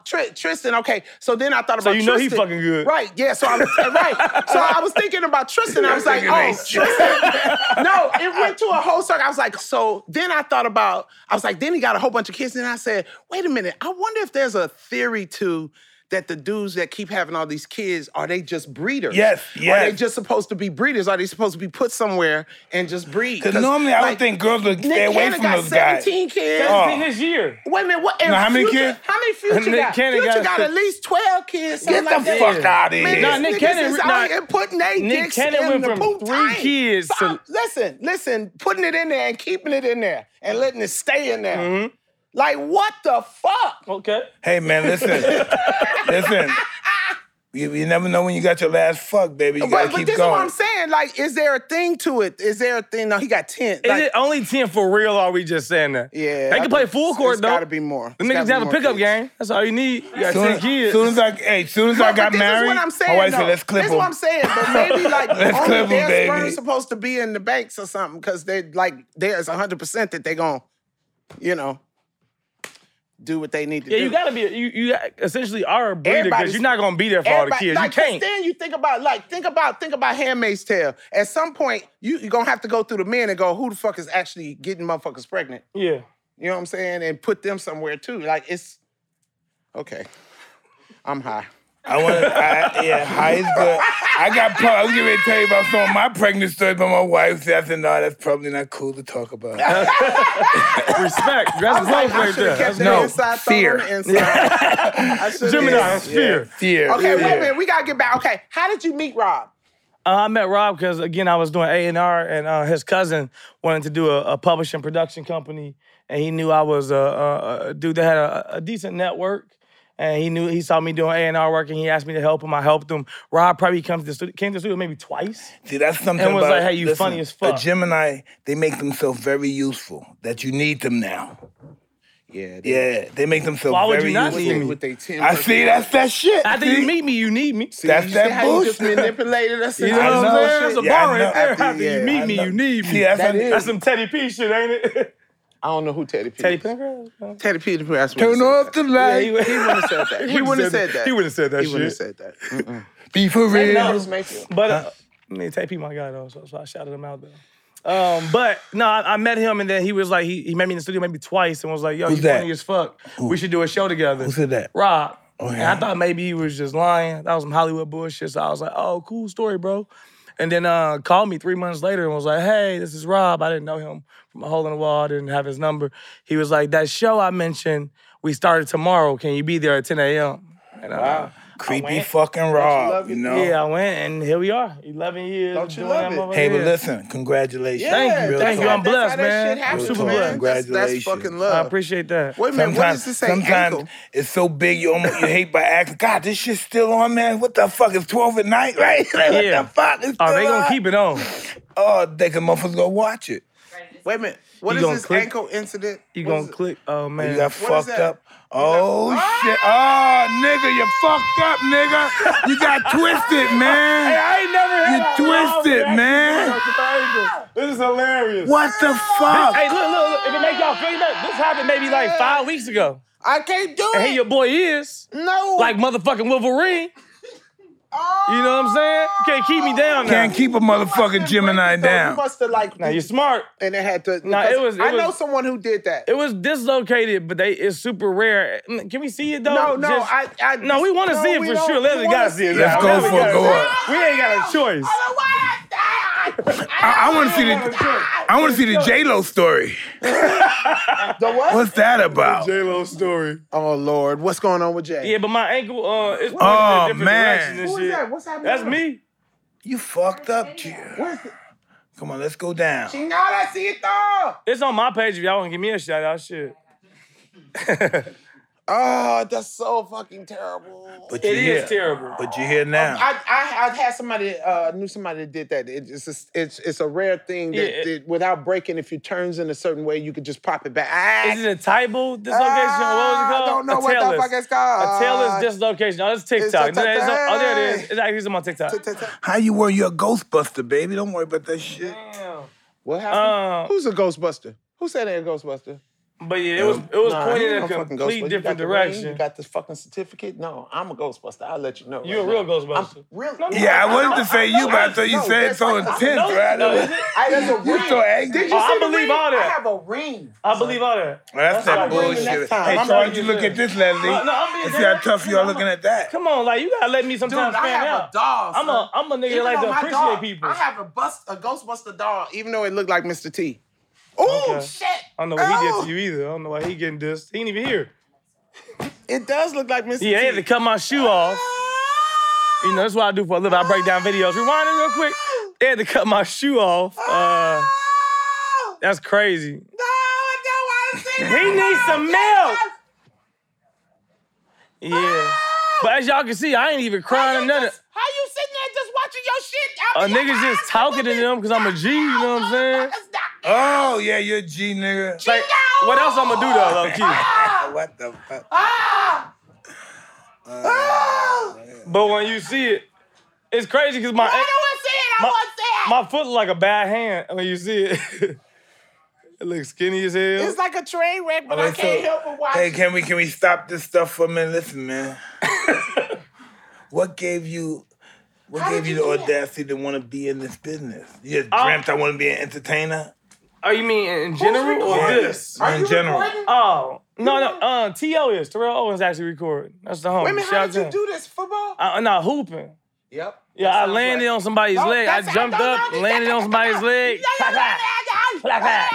S1: Tri- Tristan, okay. So then I thought about
S3: you know he
S1: Tristan.
S3: fucking good.
S1: right? Yeah. So I was right. So I was thinking about Tristan. I was like,
S2: Thinking
S1: oh,
S2: ain't shit.
S1: Tristan. no, it went to a whole circle. I was like, so then I thought about. I was like, then he got a whole bunch of kids. And I said, wait a minute. I wonder if there's a theory to that the dudes that keep having all these kids are they just breeders?
S2: Yes,
S1: Are
S2: yes.
S1: they just supposed to be breeders? Are they supposed to be put somewhere and just breed?
S2: Because normally I
S1: like,
S2: would think girls would stay
S1: Nick
S2: away
S1: Cannon
S2: from
S1: got
S2: those guys.
S1: 17 kids.
S2: Oh.
S3: this year.
S1: Wait a minute, what? and
S2: Now, how many
S1: Future-
S2: kids?
S1: How many future
S3: Nick
S1: got?
S3: Cannon
S1: future
S3: got
S1: got,
S3: six.
S1: at least twelve kids. something
S2: Get the
S1: like that.
S2: fuck out of
S1: Man,
S2: here.
S3: Nah,
S1: nah,
S3: Nick
S1: Nick
S3: Cannon-
S1: Cannon is
S3: nah,
S1: out here putting their
S3: Nick
S1: dicks
S3: Cannon
S1: in
S3: went
S1: the
S3: from
S1: poop
S3: three
S1: tank.
S3: kids to-
S1: Stop. listen, listen, putting it in there and keeping it in there and letting it stay in there.
S3: Mm-hmm.
S1: Like what the fuck?
S3: Okay.
S2: Hey man, listen, listen. You, you never know when you got your last fuck, baby. You gotta
S1: But, but
S2: keep
S1: this is what
S2: going.
S1: I'm saying. Like, is there a thing to it? Is there a thing? No, he got ten.
S3: Is
S1: Like,
S3: it only 10 for real, or are we just saying that?
S1: Yeah,
S3: They
S1: I
S3: can play
S1: think
S3: full
S1: it's-
S3: court,
S1: it's
S3: though.
S1: gotta be more.
S3: The
S1: It's gotta
S3: niggas
S1: be
S3: have a
S1: more
S3: pickup
S1: kids.
S3: game. That's all you need. You got
S2: Soon,
S3: 10 kids.
S2: soon as I, hey, soon as I
S1: But
S2: got married,
S1: This is what I'm saying.
S2: my wife
S1: though.
S2: said, "Let's clip
S1: This is what
S2: them."
S1: I'm saying. But maybe like
S2: Let's
S1: only
S2: clip 'em,
S1: their
S2: baby.
S1: sperm's supposed to be in the banks or something because they like there's 100 percent that they gon' you know, do what they need to
S3: yeah,
S1: do.
S3: you gotta be. You, you essentially are a breeder because
S1: Everybody's-
S3: you're not gonna be there for all the
S1: Everybody,
S3: kids.
S1: like,
S3: you
S1: 'cause
S3: can't.
S1: Then you think about like think about think about Handmaid's Tale. At some point, you you gonna have to go through the men and go, who the fuck is actually getting motherfuckers pregnant?
S3: Yeah.
S1: You know what I'm saying? And put them somewhere too. Like it's okay. I'm high.
S2: I want, I, yeah, high is good. I got. pro- I was getting ready to tell you about some of my pregnant stories, but my wife said, "I said, no, that's probably not cool to talk about."
S3: Respect. That's growth
S1: Like, I
S3: right
S1: should
S3: there.
S1: have kept
S3: That's
S1: that
S2: no,
S1: inside thought on the
S2: fear.
S1: inside. I shoulda-
S3: Gemini. That's fear.
S2: Fear.
S1: Okay, wait a minute. We gotta get back. Okay, how did you meet Rob?
S3: Uh, I met Rob because again I was doing A and R, and uh, his cousin wanted to do a, a publishing production company, and he knew I was a, a, a dude that had a, a decent network, and he knew he saw me doing A and R work, and he asked me to help him. I helped him. Rob probably comes to the studio, came to the studio maybe twice.
S2: See, that's something
S3: And was
S2: about
S3: like, hey, you funny as fuck.
S2: A Gemini, they make themselves very useful. That you need them now.
S1: Yeah,
S2: Yeah, they make themselves
S3: Why would
S2: very
S3: you not
S2: useful.
S3: need me?
S1: With they ten.
S2: I see. That's that shit.
S3: After
S2: see?
S3: you meet me, you need me.
S2: That's
S1: See
S2: that
S1: how you just
S2: bullshit.
S1: manipulated us.
S3: You
S1: into
S3: know
S2: I
S3: what
S1: this
S3: I'm
S2: know.
S3: saying? That's a
S1: bullshit?
S2: Yeah, I
S3: bar
S2: know.
S3: right there.
S1: After-
S3: After
S1: yeah,
S3: you meet
S1: I
S3: me,
S2: know.
S3: you need me.
S2: See, that's
S1: That
S2: a-
S1: is.
S3: That's some Teddy P shit, ain't it?
S1: I don't know who Teddy P.
S3: Teddy
S1: is.
S3: P.
S1: Teddy P. Turn
S2: Turn off the
S1: Yeah, he,
S2: light.
S1: would- he wouldn't have said that. He wouldn't have said that.
S3: He wouldn't have said that
S1: He
S3: shit.
S1: wouldn't have said that. Mm-mm.
S2: Be for real.
S1: Curtis Mayfield.
S3: But uh, I mean, Tay P my guy though, so, so I shouted him out though. Um, but no, I, I met him and then he was like, he, he met me in the studio maybe twice and was like, yo,
S2: Who's
S3: you
S2: that?
S3: funny as fuck. We should do a show together. Who
S2: said that?
S3: Rob.
S1: Oh,
S3: And
S2: yeah.
S3: I thought maybe he was just lying. That was some Hollywood bullshit. So I was like, oh, cool story, bro. And then uh, called me three months later and was like, hey, this is Rob. I didn't know him from a hole in the wall. I didn't have his number. He was like, that show I mentioned, we started tomorrow. Can you be there at 10 a.m.? And, uh,
S2: Creepy
S3: went.
S2: fucking Rob,
S1: love
S2: you
S1: it?
S2: know?
S3: Yeah, I went, and here we are. Eleven years.
S1: Oh. Don't you
S3: doing
S1: love
S3: that
S1: it?
S3: motherfucker.
S2: Hey, but
S3: Yeah.
S2: listen, congratulations.
S1: Yeah,
S3: Thank you,
S2: Real
S3: thank you.
S2: talk.
S3: I'm
S1: that's how
S3: blessed,
S1: that
S3: man.
S1: shit
S3: I'm
S1: happens,
S3: super
S1: man. That's,
S3: blessed.
S1: that's
S2: Congratulations.
S1: fucking
S3: I
S1: love.
S3: appreciate that.
S1: Wait a minute, what does
S2: Sometimes,
S1: this say?
S2: sometimes
S1: Ankle?
S2: it's so big you almost you hate by accident. God, this shit's still on, man. What the fuck? It's twelve at night, right? Like, what
S3: Yeah.
S2: the fuck? It's
S3: Oh,
S2: still
S3: they gonna
S2: on?
S3: keep it on.
S2: Oh, they can motherfuckers gonna watch it.
S1: Wait a minute. What
S3: You
S1: is
S3: gonna
S1: this
S3: click?
S1: ankle incident?
S3: You
S1: What
S3: gonna
S1: is it?
S3: click? Oh man.
S2: You got
S1: What is
S2: fucked
S1: that?
S2: up. Oh
S1: Ah!
S2: shit! Oh nigga, you fucked up, nigga. You got twisted, man.
S1: I ain't never
S2: You
S1: had
S2: twisted, man.
S1: This is hilarious.
S2: What the fuck?
S3: Hey, look, look, look, if it make y'all feel better, this happened maybe like five weeks ago.
S1: I can't do
S3: And
S1: it.
S3: here your boy is,
S1: no.
S3: like motherfucking Wolverine. You know what I'm saying? You can't keep me down now.
S2: Can't keep a motherfucking Gemini
S1: You
S2: down.
S1: must have like
S3: now you're smart.
S1: and it had to.
S3: Nah, it
S1: because
S3: was- it
S1: I know
S3: was-
S1: someone who did that.
S3: It was dislocated, but they it's super rare. Mm, Can we see it though?
S1: no, no,
S3: Just-
S1: I, I.
S3: no, we want to
S1: no,
S3: see it
S1: we
S3: for
S1: don't.
S3: sure. Leslie
S1: We
S3: gotta
S1: wanna
S3: see it.
S2: Let's
S3: now.
S2: go
S3: Leslie
S2: for
S3: gotta
S2: it. Go
S3: see
S2: on.
S3: We ain't got a choice.
S2: I, want to see the I want to see the J Lo story.
S1: The what?
S2: What's that about?
S4: Lo story.
S1: Oh Lord, what's going on with Jay?
S3: Yeah, but my ankle, uh, it's pointing in
S2: Oh,
S3: a different
S2: man.
S3: direction and
S1: Who
S3: shit.
S1: is that? What's happening?
S3: That's me.
S2: You fucked up, Jim.
S1: Where's the,
S2: Come on, let's go down.
S1: she not I see it though.
S3: It's on my page if y'all want to give me a shout out. Shit.
S1: Oh, that's so fucking terrible.
S2: But you
S3: It
S2: here.
S3: is Um, terrible.
S2: But you're here now.
S1: I, I I had somebody uh, knew somebody that did that. It- it's a, it's it's a rare thing that,
S3: Yeah, it-
S1: that without breaking, if you turns in a certain way, you could just pop it back. Ah,
S3: Is it a table dislocation?
S1: Ah,
S3: what was it called?
S1: I don't know
S3: a
S1: what the
S3: tailless.
S1: fuck it's called.
S3: A tailless dislocation. Oh, that's TikTok.
S1: It's a-
S3: It's on- oh, there it is. It's actually it's on my TikTok.
S1: t- t-
S2: How you were? You're a Ghostbuster, baby. Don't worry about that shit.
S1: what
S3: Uh,
S1: happened? Who's a Ghostbuster? Who said they're a Ghostbuster?
S3: But yeah, it was it was
S1: Nah,
S3: pointed
S1: you
S3: in a
S1: no fucking Ghostbuster.
S3: complete
S1: You got
S3: different
S1: the ring,
S3: direction.
S1: you got the fucking certificate. No, I'm a Ghostbuster. I'll let you know.
S3: You
S1: right
S3: a real
S1: now.
S3: Ghostbuster.
S1: I'm real.
S2: Yeah, I wanted to say you, but I thought you
S1: No,
S2: said it
S1: that's
S2: so
S1: like-
S2: intense,
S1: no,
S2: right?
S3: no, is it?
S1: I, that's a ring.
S2: You're so angry.
S1: Did you
S3: Oh, I
S1: see the
S3: believe
S1: ring?
S3: all that.
S1: I have a ring.
S3: I believe all that.
S2: Well, that's that
S3: That's what I'm doing
S2: bullshit.
S1: next time.
S2: Hey,
S1: I'm
S2: so why
S3: not
S2: don't you
S3: gonna
S2: look
S3: do
S2: at this, Leslie?
S3: No, no, I'm being
S2: and see how
S3: serious.
S2: tough
S3: No,
S2: y'all
S3: I'm-
S2: looking at that.
S3: Come on, like you gotta let me sometimes
S1: Dude, I
S3: fan
S1: have
S3: out.
S1: a doll.
S3: I'm a
S1: son.
S3: I'm a nigga
S1: Even
S3: that like
S1: though
S3: to
S1: my
S3: appreciate
S1: dog-
S3: people.
S1: I have a bust a Ghostbuster doll, even though it looked like Mr. T. Oh
S3: Okay.
S1: shit!
S3: I don't know what he did
S1: Ow!
S3: to you either. I don't know why he getting this. He ain't even here.
S1: It does look like Mr.
S3: Yeah,
S1: T.
S3: they had to cut my shoe off. You know, that's what I do for a living. I break down videos. Rewind it real quick. They had to cut my shoe off. Uh,
S1: Oh!
S3: that's crazy.
S1: no, I don't want to see
S3: He
S1: that.
S3: needs some milk. Yeah. But as y'all can see, I ain't even crying or nothing.
S1: How you sitting there just watching your shit?
S3: A
S1: I mean,
S3: nigga's
S1: your
S3: just
S1: eyes
S3: talking to
S1: looking-
S3: them because I'm a G, you know what I'm saying?
S1: Motherfuckers not-
S2: Oh, yeah, you're a G, nigga.
S3: Like, what else I'm gonna do though, low key?
S2: what the fuck?
S1: Ah! Ah!
S3: But when you see it, it's crazy because my
S1: I don't want to see it. I
S3: My-
S1: want to see it.
S3: my foot look like a bad hand when you see it. it looks skinny as hell.
S1: It's like a train wreck, but I
S2: Okay,
S1: can't
S2: so-
S1: help but watch.
S2: Hey,
S1: it.
S2: can we can we stop this stuff for a minute? Listen, man. what gave you what
S1: How
S2: gave
S1: did
S2: you
S1: you Oh.
S2: the
S1: do that?
S2: audacity to want to be in this business? You just dreamt I want to be an entertainer?
S3: Oh, you mean in general or
S1: recording
S3: this?
S1: Are
S2: in
S1: you
S2: general.
S1: recording?
S3: Oh no no. Uh, T.O. is Terrell Owens actually recording. That's the homie.
S1: Wait a minute,
S3: Shout
S1: how
S3: out
S1: did you
S3: to him.
S1: do this? Football?
S3: I, am not hooping.
S1: Yep.
S3: Yeah, I landed on somebody's leg. I jumped up, landed on somebody's leg. Clack, clack, Clack, clack.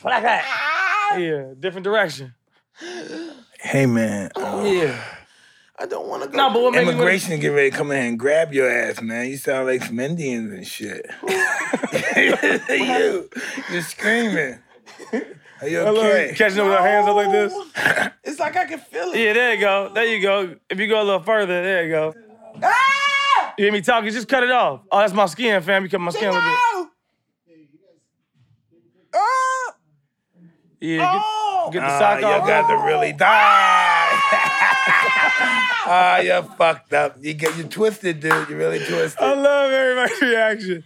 S3: clack, clack. Yeah, different direction.
S2: Hey man,
S3: Yeah.
S1: I don't want to go.
S3: No, but what made me wanna-
S2: immigration get ready to come in and grab your ass, man. You sound like some Indians and shit. you, you're screaming. Are you okay?
S3: Catching up with our hands up like this.
S1: It's like I can feel it.
S3: Yeah, there you go. There you go. If you go a little further, there you go.
S1: Ah!
S3: You hear me talking? Just cut it off. Oh, that's my skin, fam. You cut my skin a little bit.
S1: No! Ah!
S3: Yeah,
S1: Oh!
S3: get, get the
S2: Ah,
S3: sock
S2: you
S3: off.
S2: got to really die. Ah, you're fucked up. You get you twisted, dude. You really twisted.
S1: Uh,
S3: I love everybody's reaction.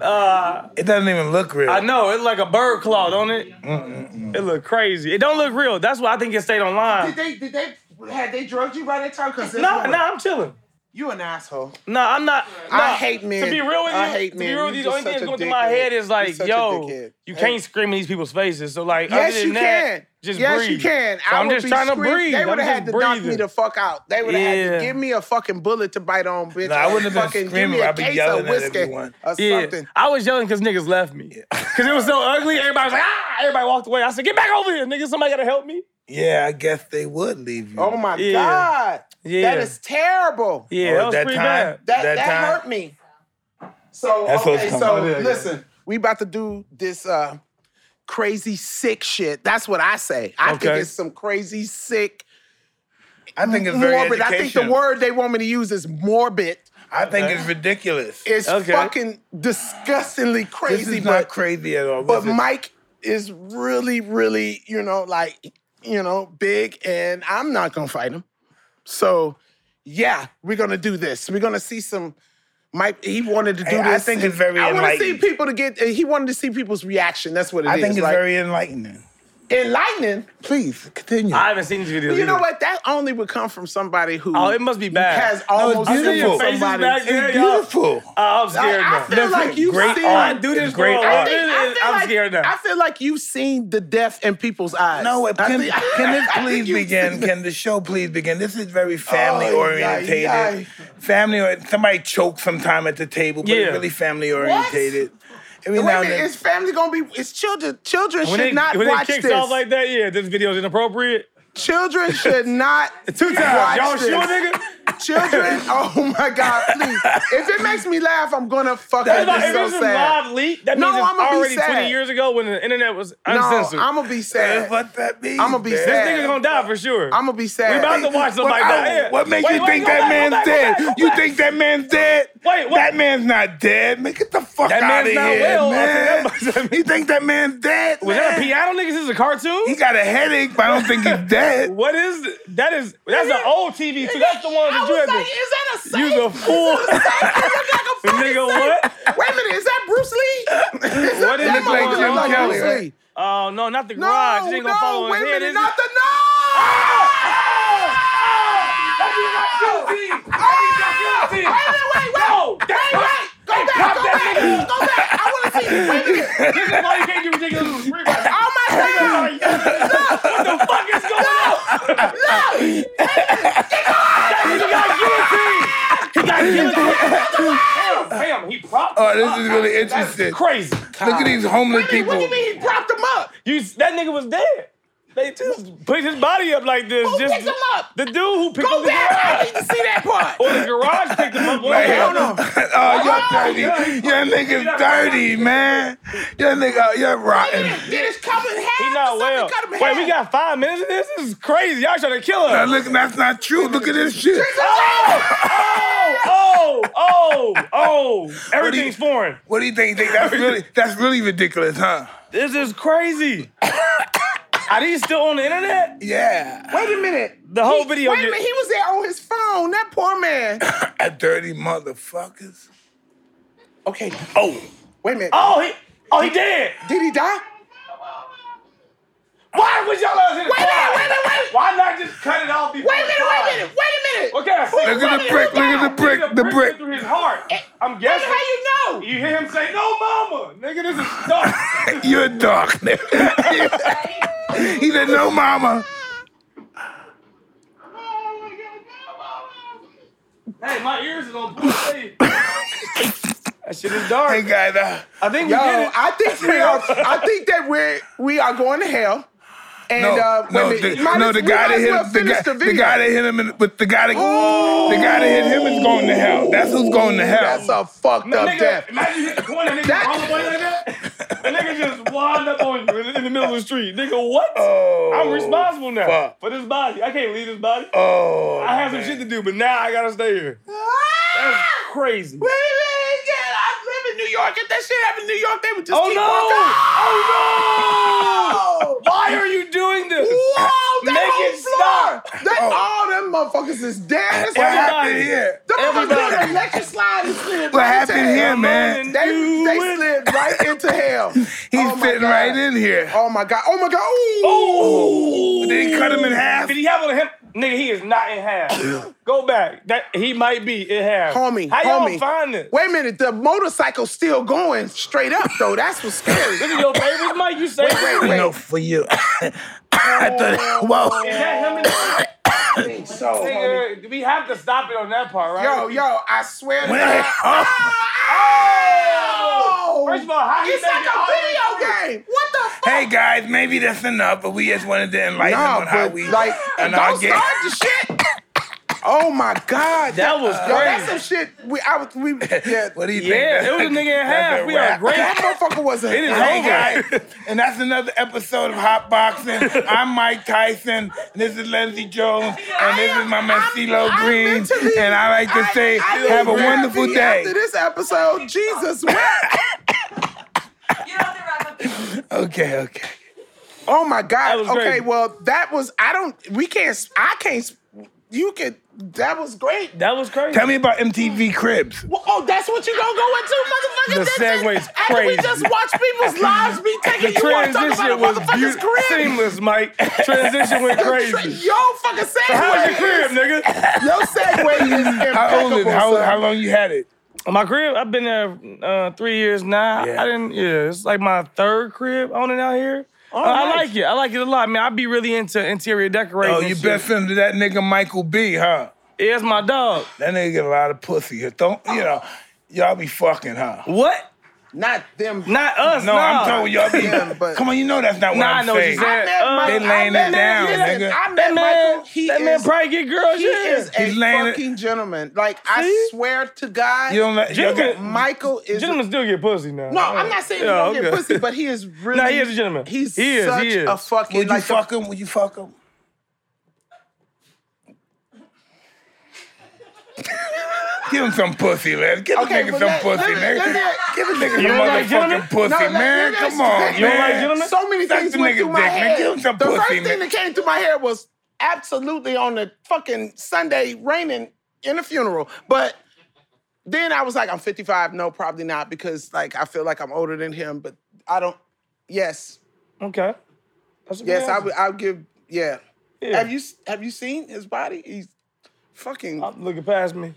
S3: Uh,
S2: It doesn't even look real.
S3: I know it's like a bird claw, don't it? It look crazy. It don't look real. That's why I think it stayed online.
S1: Did they, did they, had they drugged you by that time? Cause this
S3: Nah,
S1: woman-
S3: nah, I'm chilling.
S1: You an asshole.
S3: Nah, I'm not.
S1: I
S3: nah.
S1: hate men.
S3: To be real with you,
S1: I hate
S3: to
S1: men.
S3: be real with
S1: You
S3: you, the
S1: just
S3: only thing
S1: such
S3: that's
S1: a
S3: going through my
S1: dickhead.
S3: head is like,
S1: You're such a
S3: yo,
S1: dickhead.
S3: you
S1: Hey.
S3: can't scream in these people's faces. So like,
S1: Yes,
S3: other than
S1: you
S3: that,
S1: can.
S3: just
S1: yes,
S3: breathe.
S1: you can.
S3: So I'm
S1: would
S3: just
S1: be
S3: trying to
S1: scream-
S3: breathe.
S1: They
S3: I'm
S1: would have had
S3: just
S1: to knock me
S3: breathing.
S1: the fuck out. They would have had
S3: Yeah.
S1: to give me a fucking bullet to bite on, bitch.
S2: No, I
S1: or
S2: wouldn't have been
S1: fucking give
S2: screaming.
S1: me a
S2: I'd be
S1: case
S2: yelling
S1: of
S2: at
S1: whiskey
S2: everyone.
S1: Or
S3: Yeah,
S1: something.
S3: I was yelling because niggas left me. Because it was so ugly, everybody was like, ah, everybody walked away. I said, get back over here, nigga. Somebody gotta help me.
S2: Yeah, I guess they would leave you.
S1: Oh my
S3: Yeah.
S1: God.
S3: Yeah.
S1: That is terrible.
S3: Yeah,
S2: Oh,
S3: that was
S2: that
S3: pretty
S2: time?
S3: bad.
S1: That
S2: That
S1: that,
S2: time-
S1: hurt me. So
S2: That's what's
S1: okay,
S2: coming.
S1: so
S2: Oh, yeah, yeah.
S1: listen, we about to do this uh, crazy sick shit. That's what I say. I
S3: Okay.
S1: think it's some crazy sick
S2: I think it's very
S1: morbid. I think the
S2: educational.
S1: word they want me to use is morbid.
S2: I think it's ridiculous.
S1: It's
S3: Okay.
S1: fucking disgustingly crazy,
S2: this is
S1: but
S2: not crazy at all.
S1: but
S2: This is-
S1: Mike is really, really, you know, like, you know, big, and I'm not gonna fight him. So, yeah, we're gonna do this. We're gonna see some. Mike, he wanted to do
S2: Hey,
S1: this.
S2: I think it's very
S1: I want to see
S2: enlightening.
S1: people to get. He wanted to see people's reaction. That's what it is.
S2: I think it's
S1: like,
S2: very enlightening.
S1: enlightening.
S2: Please continue.
S3: I haven't seen these videos.
S1: You know
S3: either.
S1: what? That only would come from somebody who.
S3: Oh, it must be bad.
S1: Has
S2: it's
S1: almost
S2: beautiful.
S1: no,
S2: Faces
S1: somebody.
S3: back there.
S2: it's
S3: y'all-
S2: beautiful.
S3: Oh, I'm scared
S1: I, I
S3: now.
S1: feel like you've
S2: great
S1: seen.
S2: art.
S3: I do this
S2: It's great
S3: for Oh,
S2: art.
S3: a
S1: I
S3: living.
S1: think, I feel
S3: I'm
S1: like,
S3: scared now.
S1: I feel like you've seen the death in people's eyes.
S2: No, it-
S1: I
S2: can,
S1: think-
S2: can this
S1: I think
S2: please
S1: you've
S2: begin?
S1: seen-
S2: Can the show please begin? This is very family
S1: Oh,
S2: orientated.
S1: yeah, yeah.
S2: Family or somebody choked sometime at the table, but
S3: Yeah.
S2: it's really family orientated. Every
S1: Wait
S2: now
S1: a
S2: and
S1: minute,
S2: then,
S1: it's family gonna be? It's children. Children
S3: when
S1: should
S3: it,
S1: not
S3: when
S1: watch
S3: it kicks
S1: this.
S3: off like that, yeah, this video's inappropriate.
S1: children should not.
S3: Two times.
S1: watch
S3: Y'all
S1: this.
S3: sure, nigga?
S1: Children. Oh my God! Please, if it makes me laugh, I'm gonna fucking
S3: If I-
S1: be
S3: if
S1: so
S3: this is
S1: sad.
S3: live leak, that
S1: No,
S3: means it's
S1: I'ma be
S3: already
S1: sad.
S3: 20 years ago when the internet was
S1: No,
S3: uncensored.
S1: I'm gonna be
S2: that's
S1: sad.
S2: what that means.
S1: I'ma be
S2: man.
S3: this
S1: sad.
S3: nigga gonna die for sure.
S1: I'm gonna be sad.
S3: We about to watch somebody
S2: What-
S3: die.
S2: oh,
S3: Yeah.
S2: What makes
S3: Wait,
S2: you
S3: wait,
S2: think
S3: go
S2: that
S3: back, go
S2: man's
S3: back, go
S2: dead?
S3: back, go
S2: you
S3: back.
S2: think that man's dead?
S3: Wait, what-
S2: That man's not dead. Man, get the fuck
S3: That
S2: out
S3: man's
S2: of
S3: not
S2: here,
S3: well.
S2: man.
S3: Okay, that must-
S2: you think that man's dead?
S3: was that a
S2: man?
S3: piano, niggas? This is a cartoon?
S2: He got a headache, but I don't think he's dead.
S3: What is th- that? Is that's an old TV too? That's the one
S1: I
S3: that you
S1: was
S3: had
S1: like,
S3: to.
S1: is that a safe?
S3: You the fool.
S1: Is that a safe? It look like a fucking
S3: Nigga,
S1: safe.
S3: what?
S1: Wait a minute, is that Bruce Lee? Is
S3: What is
S1: that
S3: it like
S1: motherfucker
S3: Jim
S1: look like
S2: Kelly,
S1: Bruce
S2: right?
S1: Lee?
S3: Oh no, not the garage.
S1: No,
S3: It ain't gonna
S1: no,
S3: follow
S1: wait
S3: his
S1: a
S3: head.
S1: minute,
S3: is
S1: not
S3: it?
S1: the no. Wait, wait, wait, wait. Wait, wait. Go back, go back, go back. I want to see. Wait a minute.
S3: This is why you can't do ridiculous. What
S1: Oh my God.
S3: the fuck is going on?
S1: No.
S3: He got guillotined. He got guillotined. Damn, damn, he propped.
S2: Oh, this is really interesting. Look
S3: Crazy.
S2: at these homeless people.
S1: What do you mean he propped him up?
S3: You that nigga was dead. They just picked his body up like this.
S1: Who
S3: just
S1: picked him up?
S3: The dude who picked
S1: Go
S3: up the
S1: back. I
S3: garage.
S1: need to see that part.
S3: Or the garage picked him up.
S2: Hell
S3: One
S2: no.
S3: no.
S2: oh,
S1: Oh,
S2: you're dirty.
S3: yeah.
S2: Your nigga's dirty, man. Your nigga, you're rotten.
S1: Did his cup in half?
S3: He not
S1: Somebody
S3: well.
S1: cut him in
S3: Wait,
S1: half.
S3: we got five minutes of this? This is crazy. Y'all trying to kill us.
S2: Now, Uh, look, that's not true. Look at this shit.
S3: oh, oh, oh. Everything's foreign.
S2: What do you think? You think that's really that's really ridiculous, huh?
S3: This is crazy. Are these still on the internet?
S2: Yeah.
S1: Wait a minute.
S3: The whole video.
S1: Wait a
S3: get-
S1: minute. He was there on his phone. That poor man.
S2: At dirty motherfuckers.
S1: Okay. Oh. Wait a minute.
S3: oh, he, oh, he dead.
S1: Did he die?
S3: Why was y'all out here?
S1: Wait a minute, wait a minute, wait.
S3: Why not just cut it off before
S1: Wait a minute,
S3: it's
S1: wait a
S3: time?
S1: minute, wait a minute.
S3: What kind of sick
S2: Look at the
S3: fuck
S2: brick.
S3: is
S2: Look at the
S3: that?
S2: brick. The
S3: went
S2: brick.
S3: through his heart. I'm
S1: That's
S3: guessing.
S1: how you know.
S3: You hear him say, "No, mama, nigga, this is stuff."
S2: You're dark. he didn't know mama.
S3: hey, my ears is on blue. Hey. that shit is dark.
S2: Hey guys, uh,
S3: I think we
S1: Yo,
S3: did it.
S1: I think we are. I think that we're we are going to hell. And
S2: no,
S1: uh,
S2: no,
S1: wait a minute.
S2: the,
S1: Might
S2: no,
S1: as-
S2: the
S1: we
S2: guy
S1: might
S2: that
S1: as
S2: hit
S1: well
S2: the
S1: finish
S2: guy,
S1: the
S2: the guy that hit him in, with the guy that the guy that hit him is going to hell. That's who's going to hell.
S1: That's a fucked up
S3: nigga,
S1: death.
S3: imagine you hit the corner, nigga,
S1: That-
S3: roll away like that. A nigga just wind up on you in, in the middle of the street. Nigga, what?
S2: Oh,
S3: I'm responsible now
S2: fuck.
S3: for this body. I can't leave this body.
S2: Oh,
S3: I have some shit to do, but now I gotta stay here. That's crazy.
S1: Ah! Wait a minute, yeah, I live in New York. If that shit happened in New York, they would just
S3: Oh
S1: keep
S3: no! Oh
S1: walking.
S3: no! Why are you doing this?
S1: Whoa, that
S3: Make
S1: whole
S3: it
S1: floor.
S3: stop.
S1: That,
S7: Oh.
S1: All them motherfuckers is dead. It's
S2: What
S1: like-
S2: happened here?
S1: Them motherfuckers
S3: Everybody.
S1: did an electric slide and slid
S2: What
S1: right
S2: happened
S1: into
S2: here,
S1: hell.
S2: man?
S1: "Oh, They, they
S3: Do it.
S1: slid right into hell. He's
S2: He's fitting right in here.
S1: Oh my god! Oh my god! Ooh.
S3: Oh!
S2: Did he cut him in half?
S3: Did he have on him? Nigga, he is not in half. Go back. That he might be in half.
S1: Homie,
S3: how
S1: homie.
S3: y'all find this?
S1: Wait a minute, the motorcycle's still going straight up though. That's what's scary.
S3: This is your favorite, Mike. You say
S1: wait, wait.
S2: No, for you. I
S1: Oh,
S2: thought, whoa.
S3: Is that him? In the-
S1: so, homie.
S3: nigga, we have to stop it on that part, right?
S1: Yo, Oh, yo, I swear to
S2: Wait,
S1: God.
S2: oh.
S1: Oh!
S3: First of all, how he
S1: it's
S3: make
S1: like
S3: it all the way
S1: Oh! a video
S3: through?
S1: game. What the
S7: hey guys, maybe that's enough, but we just wanted to enlighten
S1: Nah,
S7: them on how
S1: but,
S7: we
S1: like,
S7: and
S1: don't
S7: our game.
S1: start the shit. Oh my God,
S3: That was
S1: yo, that's some
S3: crazy.
S1: shit. We, I was, we, yeah,
S7: What do you
S3: Yeah, it
S7: think?
S3: was a nigga in half. We are great.
S1: that motherfucker was a.
S3: It is
S7: Hey
S3: over.
S7: guys, and that's another episode of Hot Boxing. I'm Mike Tyson. This is Lindsey Jones, and this is my man
S1: I'm-
S7: CeeLo
S1: I'm
S7: Green.
S1: mentally-
S7: And I like to say,
S1: I feel
S7: have a
S1: happy
S7: wonderful day.
S1: After this episode, Jesus wept.
S8: You don't have to wrap up.
S7: Okay, okay.
S1: Oh my God.
S3: That was
S1: okay,
S3: crazy.
S1: well, that was. I don't. We can't. s- I can't. s- You can. That was great.
S3: That was crazy.
S7: Tell me about MTV Cribs.
S1: Well, oh, that's what you gonna go into, motherfucker.
S3: The
S1: That's it.
S3: segue's
S1: After we
S3: crazy.
S1: just watch people's lives be taken,
S3: the
S1: you want to talk about a
S3: transition was
S1: motherfucker's
S3: beautiful,
S1: career?
S3: seamless, Mike. Transition went crazy.
S1: Yo, fucking
S3: How's your
S1: segue.
S3: crib, nigga?
S1: Your segue is impeccable.
S7: How old is it? How,
S1: son.
S7: how long you had it?
S3: My crib, I've been there uh, three years now. I-
S7: Yeah.
S3: I didn't, yeah, it's like my third crib owning out here. Uh, I
S1: nice.
S3: like it. I like it a lot. Man, I be really into interior decorating.
S7: Oh,
S3: and
S7: you
S3: shit.
S7: best friend to that nigga Michael B, huh?
S3: Yeah, It's my dog.
S7: That nigga get a lot of pussy. Don't you know? Y'all be fucking, huh?
S3: What?
S1: Not them.
S3: Not us.
S7: No, I'm telling y'all be.
S1: Yeah, but-
S7: Come on, you know that's not what
S3: Nah, I
S7: I'm
S3: know what you
S1: I
S3: said.
S7: saying.
S1: met
S3: Uh,
S1: Mike-
S7: they laying
S1: I
S7: it
S1: met-
S7: down,
S1: listen,
S7: nigga.
S1: I met
S3: That man,
S1: Michael. He
S3: that man
S1: is
S3: probably get girls.
S1: He
S3: yeah.
S1: is a
S7: He's laying it-
S1: fucking gentleman. Like I
S3: See?
S1: swear to God,
S7: You don't let y'all
S3: Gentlemen-
S7: got
S1: Michael is.
S3: Gentlemen still get pussy now.
S1: no, I'm not saying
S3: Yeah,
S1: he don't
S3: okay.
S1: get pussy, but he is really.
S3: Nah, he is a gentleman.
S1: He's
S3: He is,
S1: such
S3: he is.
S1: a fucking.
S7: Would you
S1: like
S7: fuck him? Would you fuck him? Give him some pussy, man. Give the
S1: Okay,
S7: nigga
S1: but
S7: some
S1: let-
S7: pussy,
S1: let-
S7: nigga.
S1: let-
S7: Give the nigga some
S3: don't like gentlemen?
S7: motherfucking pussy,
S1: No, like,
S7: man.
S1: nigga,
S7: Come on,
S1: you don't
S3: like
S7: man.
S3: gentlemen?
S1: So many
S7: Suck
S1: things
S7: the
S1: went
S7: nigga
S1: through my
S7: dick, man.
S1: head.
S7: Give him some
S1: the first
S7: pussy,
S1: thing
S7: man.
S1: that came to my head was absolutely on the fucking Sunday raining in a funeral. But then I was like, I'm 55. No, probably not, because like I feel like I'm older than him. But I don't. Yes,
S3: Okay. That's a good
S1: yes, I
S3: answer.
S1: would. I'll give. Yeah.
S3: Yeah.
S1: Have you have you seen his body? He's fucking.
S3: I'm looking past me.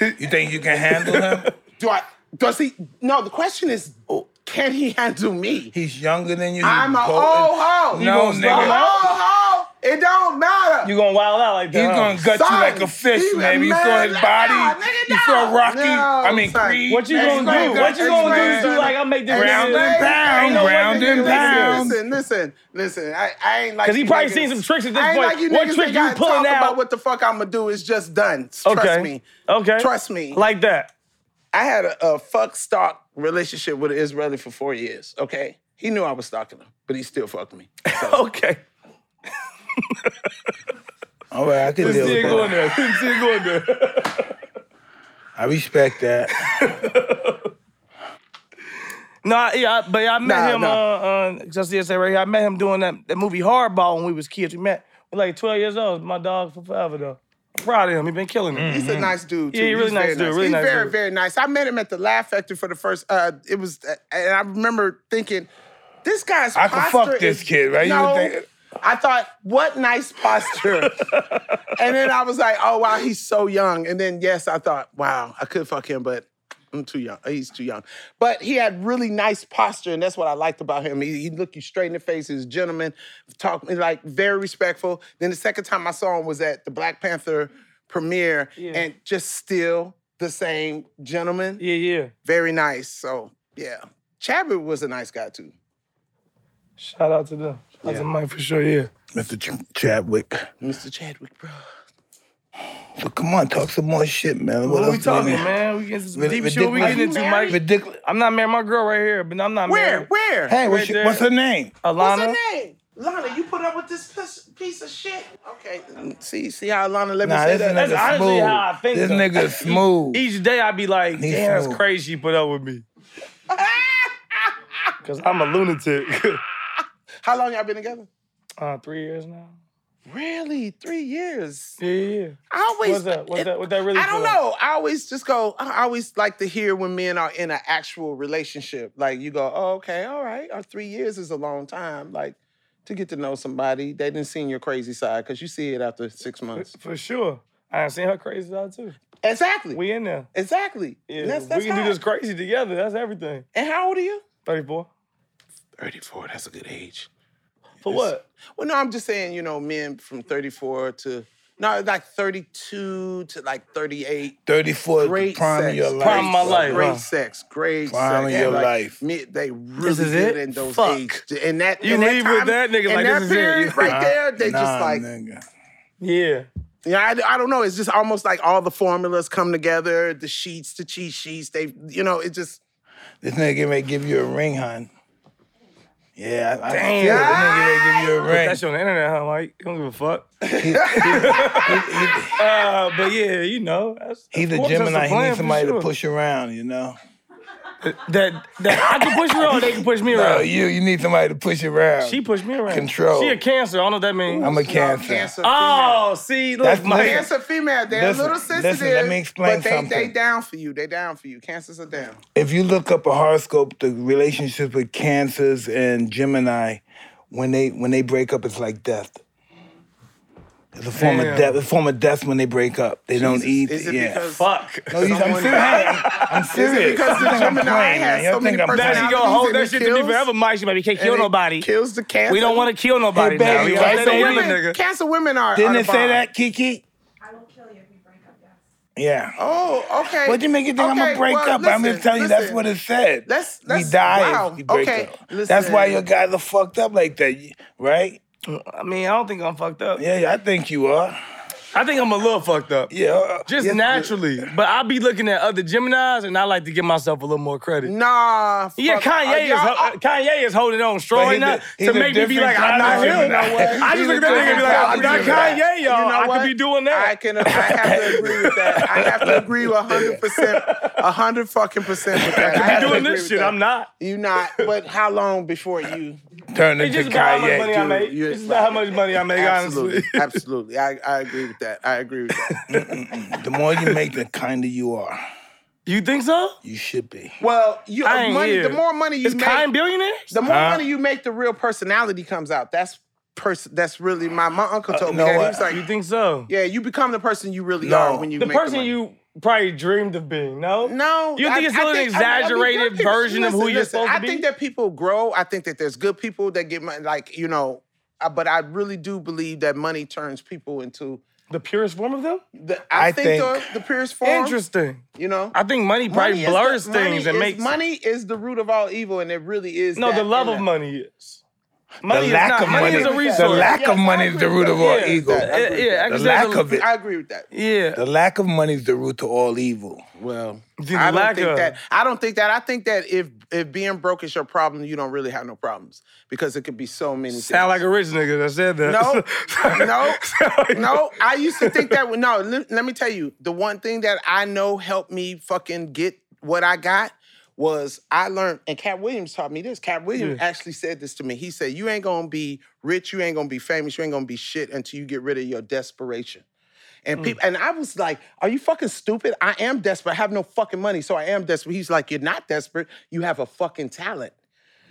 S7: You think you can handle him?
S1: Do I? Does he? No. The question is, oh, can he handle me?
S7: He's younger than you.
S1: I'm a
S7: He's
S1: old
S7: potent.
S1: hoe.
S7: No,
S1: I'm a
S7: nigga.
S1: old hoe. It don't matter.
S3: You gonna wild out like that?
S7: He's
S3: huh?
S7: gonna gut
S1: Son,
S7: you like a fish,
S1: he-
S7: man. You
S1: man,
S7: saw his
S1: nah,
S7: body.
S1: nigga,
S7: you saw
S1: nah.
S7: Rocky. I
S1: No,
S7: mean,
S1: son.
S7: Creed.
S3: What you
S7: man.
S3: gonna
S1: Explain,
S3: do? What you gonna
S1: explain,
S3: do?
S1: son.
S3: You like I make this
S7: Ground
S3: decision?
S7: and pound,
S3: Ain't no way
S7: ground
S3: nigga
S7: and
S3: like this.
S7: pound.
S1: Listen, listen, listen. I, I ain't like
S3: 'Cause he
S1: you
S3: probably
S1: niggas.
S3: seen some tricks at this
S1: I ain't
S3: point.
S1: Like you
S3: What
S1: niggas
S3: trick
S1: that
S3: you
S1: gotta
S3: pulling
S1: talk
S3: out?
S1: About what the fuck I'm gonna do is just done. Trust
S3: Okay.
S1: me.
S3: Okay.
S1: Trust me.
S3: Like that.
S1: I had a, a fuck stalk relationship with an Israeli for four years. Okay, he knew I was stalking him, but he still fucked me.
S3: Okay.
S2: All right, I can deal
S3: See it
S2: with
S3: going
S2: that.
S3: there. See it going there.
S2: I respect that.
S3: No, I- yeah, I- but I met
S1: Nah,
S3: him.
S1: nah.
S3: Uh, uh, just the right here. I met him doing that, that movie Hardball when we was kids. We met. we like 12 years old. My dog for forever though. I'm proud of him. He been killing it.
S1: He's a nice dude. Too.
S3: Yeah, he really
S1: He's
S3: nice
S1: very
S3: dude, really
S1: He's
S3: nice
S1: very,
S3: dude.
S1: very nice. I met him at the Laugh Factory for the first. Uh, it was, uh, and I remember thinking, this guy's.
S7: I could
S1: posture
S7: fuck this
S1: is-
S7: kid, right? You
S1: No,
S7: would think-
S1: I thought, what nice posture. and then I was like, oh wow, he's so young. And then yes, I thought, wow, I could fuck him, but. I'm too young. He's too young. But he had really nice posture, and that's what I liked about him. He, he'd look you straight in the face. He's a gentleman, talk like very respectful. Then the second time I saw him was at the Black Panther premiere, and just still the same gentleman.
S3: Yeah, yeah.
S1: Very nice. So yeah, Chadwick was a nice guy too.
S3: Shout out to them. Shout out to Mike for sure. Yeah.
S2: Mr. Ch- Chadwick.
S1: Mr. Chadwick, bro.
S2: So come on, talk some more shit, man. What,
S3: What
S2: else
S3: are we
S2: do
S3: talking,
S2: need?
S3: man? We getting some
S2: Ridic-
S3: deep shit. We getting into, Mike.
S2: Ridiculous.
S3: I'm not married. My girl right here, but I'm not
S1: Where?
S3: married.
S1: Where?
S2: Hey, what's,
S3: Right
S2: your,
S3: there.
S2: what's her name?
S1: What's
S3: Alana.
S1: her name? Lana, you put up with this piece- piece of shit. Okay. Mm, See, see how Lana let me
S2: Nah,
S1: say
S2: this
S1: that.
S3: That's
S2: nigga
S3: honestly
S2: smooth.
S3: how I think
S2: This
S3: of it.
S2: nigga smooth.
S3: Each day I be like,
S2: He's
S3: damn, that's
S2: smooth.
S3: crazy she put up with me. Cause I'm a lunatic.
S1: How long y'all been together?
S3: uh, three years now.
S1: Really, three years.
S3: Yeah, yeah. yeah.
S1: I always.
S3: What's that? What's that? What that really?
S1: I don't
S3: feel like?
S1: know. I always just go. I always like to hear when men are in an actual relationship. Like you go, oh, okay, all right. Or three years is a long time. Like to get to know somebody, they didn't see your crazy side because you see it after six months.
S3: For sure. I ain't seen her crazy side too.
S1: Exactly.
S3: We in there.
S1: exactly.
S3: Yeah.
S1: That's, that's
S3: we can
S1: hot.
S3: do this crazy together. That's everything.
S1: And how old are you?
S3: 34.
S1: 34. That's a good age.
S3: For what?
S1: Well, no, I'm just saying, you know, men from 34 to No, it was like 32 to like 38.
S2: 34 is the
S1: Great
S2: prime
S1: sex.
S2: of your life.
S3: Prime of my life.
S1: Great
S3: Wow.
S1: sex. Great
S2: Prime
S1: sex.
S2: of your
S1: Like,
S2: life.
S1: Me, they really
S3: is
S1: good
S3: it?
S1: in those
S3: Fuck.
S1: age. And that
S3: You
S1: and that
S3: leave with
S1: time-
S3: that nigga
S1: in
S3: like,
S1: that
S3: this is it.
S1: period
S3: You-
S1: right there, they
S2: Nah,
S1: just like
S2: nigga.
S3: Yeah.
S1: Yeah, I, I don't know. It's just almost like all the formulas come together, the sheets, the cheat sheets. They, you know, it just.
S2: This nigga may give you a ring, hun. Yeah, I,
S3: Damn.
S2: I, this nigga may give you a ring.
S3: That shit on the internet, huh? Like, you don't give a fuck. uh, but yeah, you know. That's,
S2: He's
S3: of
S2: a
S3: course that's
S2: Gemini. He
S3: plan
S2: needs
S3: for
S2: somebody
S3: sure.
S2: to push around, you know?
S3: That, that I can push her around, they can push me
S2: No,
S3: around.
S2: you you need somebody to push around.
S3: She pushed me around.
S2: Control.
S3: She a cancer. I don't know what that means.
S2: I'm a cancer.
S1: Cancer
S3: oh, see, look,
S2: That's
S3: my
S2: listen.
S1: Cancer female, they're
S2: Listen,
S1: a little
S2: listen,
S1: sensitive.
S2: let me explain
S1: but they, They
S2: something.
S1: down for you. They down for you. Cancers are down.
S2: If you look up a horoscope, the relationship with Cancers and Gemini, when they when they break up, it's like death. It's a form
S3: Damn.
S2: of death. It's a form of death when they break up. They don't eat.
S1: Is it
S2: yeah.
S1: because
S3: fuck.
S2: No, you- I'm
S1: someone-
S2: serious. I'm serious.
S1: Is it because
S2: You
S1: the
S2: think I'm
S1: Gemini has
S2: playing, man.
S1: so
S2: Y'all
S1: many
S2: think I'm
S1: personalities?
S2: playing.
S3: Now she gonna hold that shit to me forever, Mike. She might be can't kill
S1: and it
S3: nobody.
S1: Kills the cancer.
S3: We don't want to kill
S2: Hey,
S3: nobody
S2: baby, right?
S3: now. You know,
S1: Cancer
S2: So
S3: they
S1: women,
S3: nigga.
S1: cancer women are.
S2: Didn't
S1: are
S2: it
S1: the
S2: say
S1: bomb.
S2: that, Kiki?
S8: I will kill you if you break up, yes.
S2: Yeah.
S1: Oh, okay.
S2: What you make you think I'm gonna
S1: Okay,
S2: break
S1: well,
S2: up? I'm gonna
S1: listen,
S2: tell you that's
S1: listen.
S2: what it said.
S1: Let's- let's-
S2: we die
S1: wow,
S2: if we break
S1: okay,
S2: up. That's why
S1: listen.
S2: your guys are fucked up like that, y- right?
S3: I mean, I don't think I'm fucked up.
S2: Yeah, yeah, I think you are.
S3: I think I'm a little fucked up.
S2: Yeah, uh,
S3: Just
S2: yes,
S3: naturally. But I be looking at other Geminis and I like to give myself a little more credit.
S1: Nah.
S3: Yeah,
S1: Mm, fuck- uh,
S3: Kanye
S1: y'all-
S3: is ho- uh, Kanye is holding on strong
S2: But
S3: right
S2: he's
S3: now
S2: a- he's
S3: to
S2: a
S3: make me be
S2: different
S3: like, I'm not
S2: kind of
S3: him.
S2: Gemini.
S3: I just
S1: He's
S3: look
S1: a
S3: at that nigga and be like, I'm
S1: different
S3: not
S1: kind of
S3: Kanye, y'all.
S1: You know
S3: I
S1: what?
S3: could be doing that.
S1: I can. I have to agree with that. I have to agree with hundred percent, hundred fucking percent with that. I
S3: I
S1: have
S3: be
S1: to
S3: doing
S1: agree
S3: this
S1: with
S3: shit.
S1: that.
S3: I'm not.
S1: You not. But how long before you?
S2: Turn
S3: It's
S2: into
S3: just about how
S2: Kanye.
S3: much money I
S2: dude.
S3: make.
S1: you-
S3: It's about how much money I make, honestly.
S1: Absolutely, absolutely. I, I agree with that. I agree with that.
S2: The more you make, the kinder you are.
S3: You think so?
S2: You should be.
S1: Well, you
S3: I ain't
S1: money.
S3: here.
S1: The more money you
S3: It's
S1: make,
S3: kind billionaires?
S1: the more
S2: Huh?
S1: money you make, the real personality comes out. That's person. That's really my my uncle
S3: Uh,
S1: told me
S2: know
S1: that. He
S2: what?
S1: was like,
S3: You think so?
S1: yeah, you become the person you really
S2: No.
S1: are when you
S3: the
S1: make the
S3: person
S1: money.
S3: you probably dreamed of being, no?
S1: No,
S3: You think it's still an
S1: there are
S3: exaggerated version of who you're supposed to
S1: I
S3: be?
S1: think that people grow. I think that there's good people that get money, like you know. uh, But I really do believe that money turns people into.
S3: The purest form of them?
S1: The, I,
S2: I
S1: think, uh,
S2: think-
S1: the, the purest form.
S3: Interesting.
S1: You know,
S3: I think money
S1: Money
S3: probably
S1: is
S3: blurs
S1: the- money
S3: things and
S1: is-
S3: makes
S1: money is the root of all evil, and it really is.
S3: No,
S1: that
S3: the
S1: in
S3: love of
S1: that.
S3: money is. Money
S2: the lack
S3: is not.
S2: of money.
S3: is a resource.
S2: The lack
S1: Yes,
S2: of money
S1: I
S2: is the
S1: agree
S2: root
S1: with
S2: of all
S1: that. Yeah,
S2: evil.
S1: that- I
S3: Yeah,
S1: agree with
S3: yeah,
S1: that.
S2: The
S3: actually,
S2: lack
S3: there's a-
S2: of it.
S1: I agree with that.
S3: Yeah.
S2: The lack of money is the root to all evil.
S1: Well,
S3: The
S1: I don't
S3: lack
S1: think
S3: of-
S1: that. I don't think that. I think that if if being broke is your problem, you don't really have no problems because it could be so many. things.
S3: Sound like a rich nigga that said that.
S1: No, no, no. I used to think that. No, let, let me tell you. The one thing that I know helped me fucking get what I got was I learned, and Cat Williams taught me this. Cat Williams actually said this to me. He said, "You ain't gonna be rich. You ain't gonna be famous. You ain't gonna be shit until you get rid of your desperation." And people and I was like, "Are you fucking stupid? I am desperate. I have no fucking money, so I am desperate." He's like, "You're not desperate. You have a fucking talent."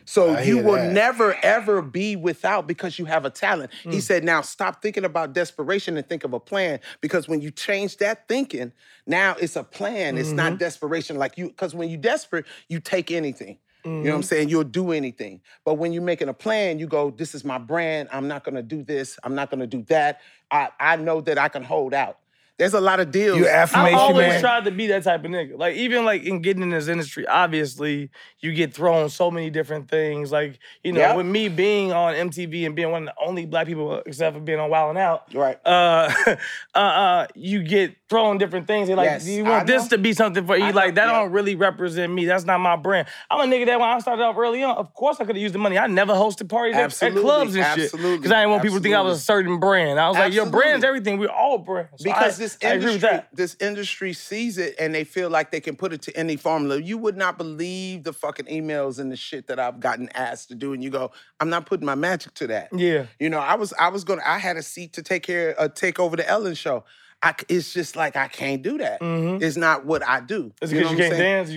S1: So
S2: I
S1: you
S2: hear
S1: will
S2: that.
S1: never ever be without because you have a talent.
S2: Mm.
S1: He said, "Now stop thinking about desperation and think of a plan because when you change that thinking, now it's a plan. It's
S2: Mm-hmm.
S1: not desperation like you because when you desperate, you take anything. You
S2: Mm-hmm.
S1: know what I'm saying? You'll do anything. But when you're making a plan, you go, this is my brand. I'm not going to do this. I'm not going to do that. I, I know that I can hold out. There's a lot of deals.
S2: You
S3: I
S2: affirmation
S3: always
S2: man.
S3: tried to be that type of nigga. Like even like in getting in this industry, obviously you get thrown so many different things. Like you know,
S1: Yep.
S3: with me being on MTV and being one of the only black people except for being on Wild 'N Out,
S1: Right.
S3: Uh, uh, uh, you get thrown different things. They're like,
S1: Yes,
S3: do you
S1: I
S3: want this
S1: know.
S3: to be something for you?
S1: I
S3: like
S1: know,
S3: that
S1: yeah.
S3: don't really represent me. That's not my brand. I'm a nigga that when I started off early on, of course I could have used the money. I never hosted parties at- at,
S1: Absolutely,
S3: clubs and shit
S1: absolutely,
S3: because I didn't want people to think I was a certain brand. I was like, your
S1: Absolutely.
S3: brand's everything. We're all brands. So
S1: because this
S3: I- I agree with
S1: industry,
S3: that.
S1: this industry sees it and they feel like they can put it to any formula. You would not believe the fucking emails and the shit that I've gotten asked to do, and you go, I'm not putting my magic to that.
S3: Yeah.
S1: you know, I was, I was gonna, I had a seat to take care, uh, take over the Ellen show. I, c- it's just like I can't do that. It's not what I do.
S3: Mm-hmm. It's
S1: know
S3: because you
S1: what I'm
S3: can't
S1: saying?
S3: dance.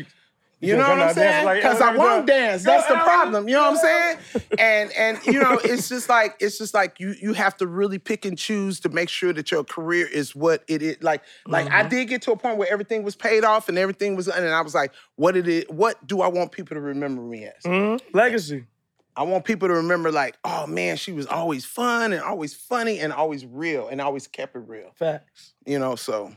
S3: You,
S1: You know
S3: can't
S1: what
S3: come
S1: I'm
S3: out dancing
S1: saying?
S3: like
S1: Because I
S3: everybody
S1: won't
S3: does.
S1: dance. That's the
S3: Yeah.
S1: problem. You know what I'm saying? And and you know, it's just like it's just like you you have to really pick and choose to make sure that your career is what it is. Like like I did get to a point where everything was paid off and
S3: Mm.
S1: everything was and I was like, what it is, what do I want people to remember me as?
S3: Mhm. hmm? Legacy.
S1: I want people to remember, like, oh man, she was always fun and always funny and always real and always kept it real.
S3: Facts.
S1: You know, so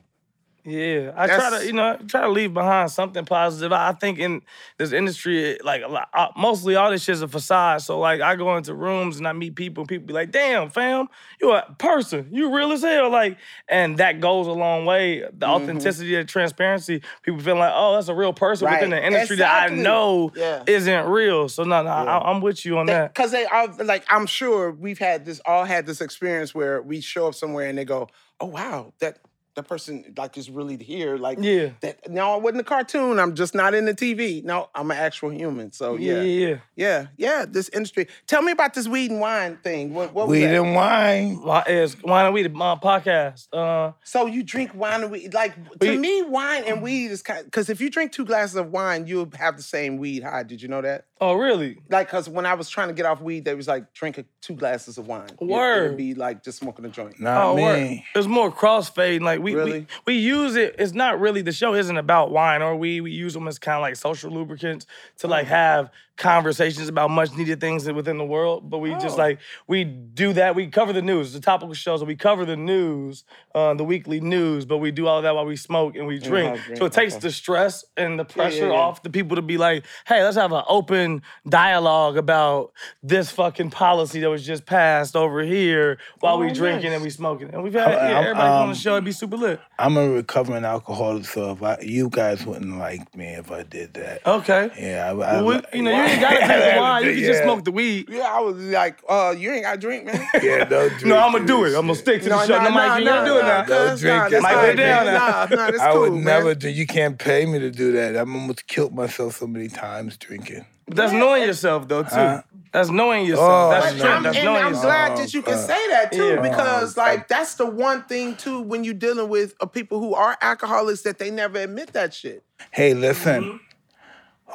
S3: Yeah, I try
S1: That's-
S3: to you know try to leave behind something positive. I think in this industry, it- like a lot, uh, mostly all this shit's a facade. So like I go into rooms and I meet people, and people be like, "Damn, fam, you a person, you real as hell." Like, and that goes a long way. The
S1: Mm-hmm.
S3: authenticity, the transparency, people feel like, "Oh, that's a real person within
S1: Right.
S3: the industry that I
S1: Exactly.
S3: know
S1: Yeah.
S3: isn't real." So no, no, I, I'm with you on that.
S1: because they all like I'm sure we've had this all had this experience where we show up somewhere and they go, oh wow, that that person like is really here. Like
S3: Yeah.
S1: that no, I wasn't a cartoon. I'm just not in the TV. No, I'm an actual human. So yeah.
S3: Yeah, yeah, yeah.
S1: Yeah, yeah, this industry. Tell me about this weed and wine thing. What, what was
S2: Weed
S1: that?
S2: and wine.
S3: Why is why don't we the uh, podcast? Uh,
S1: So you drink wine and weed. Like to me, wine and weed is kind because if you drink two glasses of wine, you'll have the same weed high. Did you know that?
S3: oh, really?
S1: Like, cause when I was trying to get off weed, they was like drink a, two glasses of wine. It-
S3: Word.
S1: It'd be like just smoking a joint.
S2: Not
S3: oh, word.
S2: me.
S3: It's more crossfade. Like we,
S1: Really?
S3: we we use it. It's not really the show isn't about wine or we we use them as kind of like social lubricants to like have conversations about much needed things within the world. But we just like we do that. We cover the news, the topical shows. We cover the news, uh, the weekly news. But we do all that while we smoke and we drink.
S1: drink,
S3: so it takes
S1: okay.
S3: the stress and the pressure
S1: yeah.
S3: off the people to be like, hey, let's have an open dialogue about this fucking policy that was just passed over here while
S1: Oh,
S3: we drinking and we smoking. And we've had
S2: I'm-
S3: yeah, everybody on
S2: um,
S3: the show, it'd be super lit.
S2: I'm a recovering alcoholic, so if I, you guys wouldn't like me if I did that.
S3: Okay.
S2: Yeah, I, I,
S3: Oh. Well, we- you know, you ain't gotta drink the wine. You can just smoke the weed.
S1: Yeah, I was like, uh, you ain't got to drink, man.
S2: Yeah, don't
S3: No, I'm gonna do it. I'm gonna stick to the show. No, Mike, you ain't doing that.
S2: Don't
S1: cuz,
S2: drink
S1: nah,
S2: it.
S1: that's
S3: Mike,
S1: all
S3: lay down
S1: man.
S3: now.
S1: Nah, nah, that's
S2: I
S1: cool,
S2: would
S1: man.
S2: never do. You can't pay me to do that. I'm almost killed myself so many times drinking.
S3: That's knowing yourself though, too. That's knowing yourself.
S2: Oh,
S3: that's
S2: no.
S3: true.
S1: I'm,
S3: That's
S1: and
S3: knowing
S1: I'm
S3: yourself.
S2: Oh,
S1: glad that you can say that too, because like that's the one thing too when you're dealing with uh, people who are alcoholics that they never admit that shit.
S2: Hey,
S1: Mm-hmm.
S2: listen.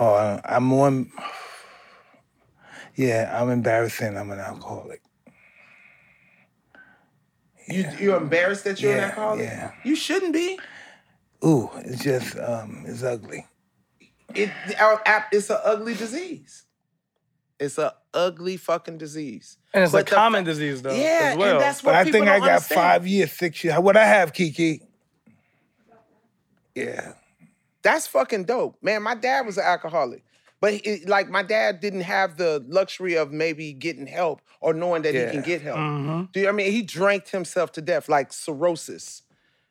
S2: Oh, I- I'm on. Yeah, I'm embarrassing. I'm an alcoholic.
S1: You you're embarrassed that you're an
S2: Yeah,
S1: alcoholic.
S2: yeah.
S1: You shouldn't be.
S2: Ooh, it's just um, it's ugly.
S1: It our app- it's an ugly disease. It's an ugly fucking disease.
S3: And it's
S1: But
S3: a
S1: the
S3: common
S1: fa-
S3: disease though.
S1: Yeah,
S3: as well.
S1: and that's what
S2: But I
S1: people
S2: think
S1: don't
S2: I got
S1: understand.
S2: five years, six years. What I have, Kiki? Yeah.
S1: That's fucking dope, man. My dad was an alcoholic, but it, like my dad didn't have the luxury of maybe getting help or knowing that
S2: Yeah.
S1: he can get help. Do you, I mean he drank himself to death, like cirrhosis.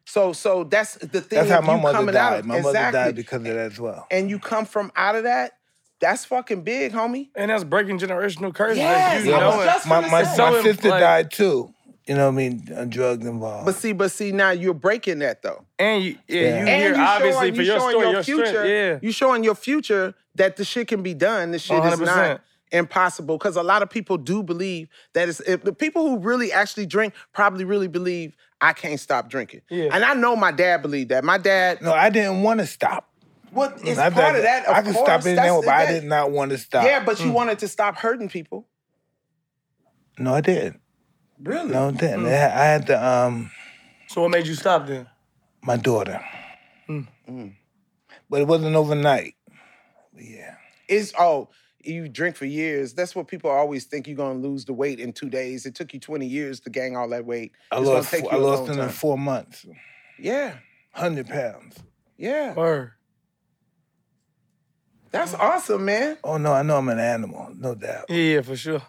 S1: So, so that's the thing.
S2: That's how
S1: of
S2: my
S1: you
S2: mother
S1: coming
S2: died.
S1: Out, of-
S2: my
S1: exactly.
S2: mother died because of that as well.
S1: and you come from out of that. That's fucking big, homie.
S3: And that's breaking generational curses.
S1: Yes,
S3: you
S1: I was
S3: know it.
S1: just
S2: my
S1: gonna
S2: my,
S1: say.
S2: my
S3: So
S2: sister
S3: like-
S2: died too. You know what I mean? Uh, Drugs involved.
S1: But see, but see, now you're breaking that though.
S3: And you, yeah,
S2: Yeah.
S3: you
S2: And
S3: hear
S1: you
S3: obviously
S1: showing-
S3: for
S1: you
S3: your
S1: showing
S3: story, your
S1: future,
S3: strength. Yeah.
S1: you showing your future that the shit can be done. The shit is
S3: 100%.
S1: not impossible because a lot of people do believe that it's if the people who really actually drink probably really believe I can't stop drinking.
S3: Yeah.
S1: And I know my dad believed that. My dad,
S2: no, I didn't want to stop.
S1: well, it's
S2: I
S1: part
S2: thought
S1: of that. Of
S2: I could
S1: course,
S2: stop it
S1: that's
S2: now,
S1: the
S2: but I
S1: thing.
S2: did not want to stop.
S1: Yeah, but you wanted to stop hurting people.
S2: No, I didn't.
S1: Really?
S2: No, I didn't.
S1: Mm.
S2: I had- I had to, um,
S3: So what made you stop then?
S2: my daughter.
S1: Mm,
S2: But it wasn't overnight. But yeah.
S1: It's oh, you drink for years. That's what people always think you're gonna lose the weight in two days. It took you 20 years to gain all that weight.
S2: I
S1: It's
S2: lost,
S1: gonna take
S2: I
S1: you a
S2: lost
S1: long
S2: them in
S1: time.
S2: four months.
S1: Yeah,
S2: 100 pounds.
S1: yeah.
S3: Or
S1: That's awesome, man.
S2: Oh, no, I know I'm an animal, no doubt.
S3: yeah, for sure.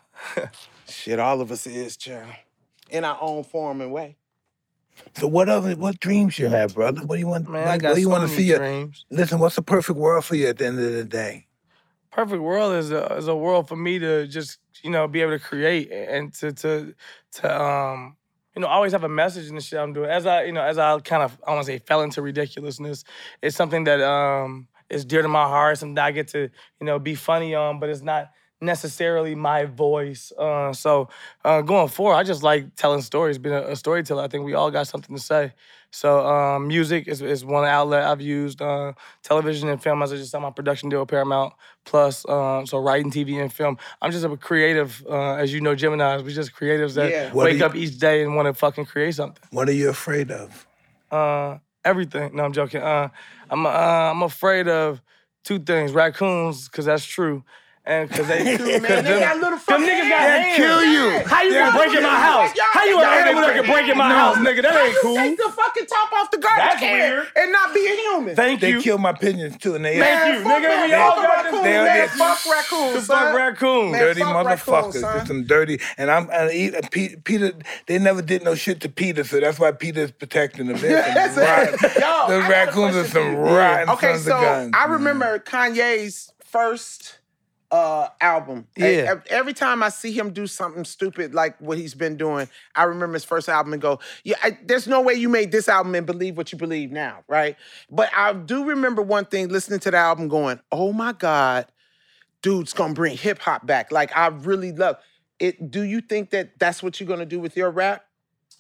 S1: Shit, all of us is, child. In our own form and way.
S2: So what other, what dreams you have, brother? What do you want,
S3: Man, I
S2: like,
S3: got
S2: what do you
S3: so
S2: want to
S3: many
S2: see? Your,
S3: dreams.
S2: listen, what's the perfect world for you at the end of the day?
S3: Perfect world is a, is a world for me to just you know be able to create and to to to um you know always have a message in the shit I'm doing. As I you know as I kind of I want to say fell into ridiculousness. It's something that um is dear to my heart. Something that I get to you know be funny on, but it's not necessarily my voice. Uh, so uh, going forward, I just like telling stories, being a, a storyteller. I think we all got something to say. So um, music is, is one outlet I've used. Uh, television and film, as I just signed my production deal with Paramount Plus. Um, so writing, TV, and film. I'm just a creative, uh, as you know, Gemini's. We just creatives that
S1: Yeah.
S2: What do
S3: wake
S2: you-
S3: up each day and want to fucking create something
S2: What are you afraid of?
S3: uh, everything. No, I'm joking. Uh, I'm uh, I'm afraid of two things: raccoons, because that's true, and cause they,
S1: Man,
S3: cause
S1: they
S3: them,
S1: got little fucking
S3: them niggas got
S1: hands.
S3: hands.
S7: Kill you.
S3: How you gonna break in my house?
S1: Y'all-
S3: How you
S1: y'all
S3: gonna
S1: ain't
S3: able to
S1: break-
S3: break in my house, nigga? That ain't
S1: You
S3: cool.
S1: take the fucking top off the garbage
S3: That's
S1: can
S3: weird.
S1: and not be a human.
S3: Thank
S2: They
S3: you.
S2: killed my pigeons too, and they
S3: Thank
S1: man,
S3: you,
S1: fuck
S3: nigga.
S1: that.
S3: We all
S1: Fuck
S3: got this-
S1: raccoons,
S2: they all
S1: man.
S2: did-
S1: Fuck raccoons,
S3: The fuck
S1: son.
S3: raccoon.
S1: Man,
S2: dirty
S1: fuck
S2: motherfuckers.
S1: raccoons,
S2: Just
S1: son.
S2: some dirty. And I'm and he, uh, Pe- Peter. They never did no shit to Peter, so that's why Peter's protecting them. They're some
S1: That's it. Yo, I
S2: Those
S1: got a
S2: raccoons are
S1: question
S2: some
S1: for you.
S2: rotten
S1: Okay,
S2: sons
S1: so
S2: of guns. Mm-hmm.
S1: I remember Kanye's first uh, album. E-
S2: Yeah.
S1: ev- Every time I see him do something stupid like what he's been doing, I remember his first album and go, "Yeah, I, there's no way you made this album and believe what you believe now, right?" But I do remember one thing listening to the album, going, "Oh my God, dude's gonna bring hip hop back." Like I really love it. Do you think that that's what you're gonna do with your rap?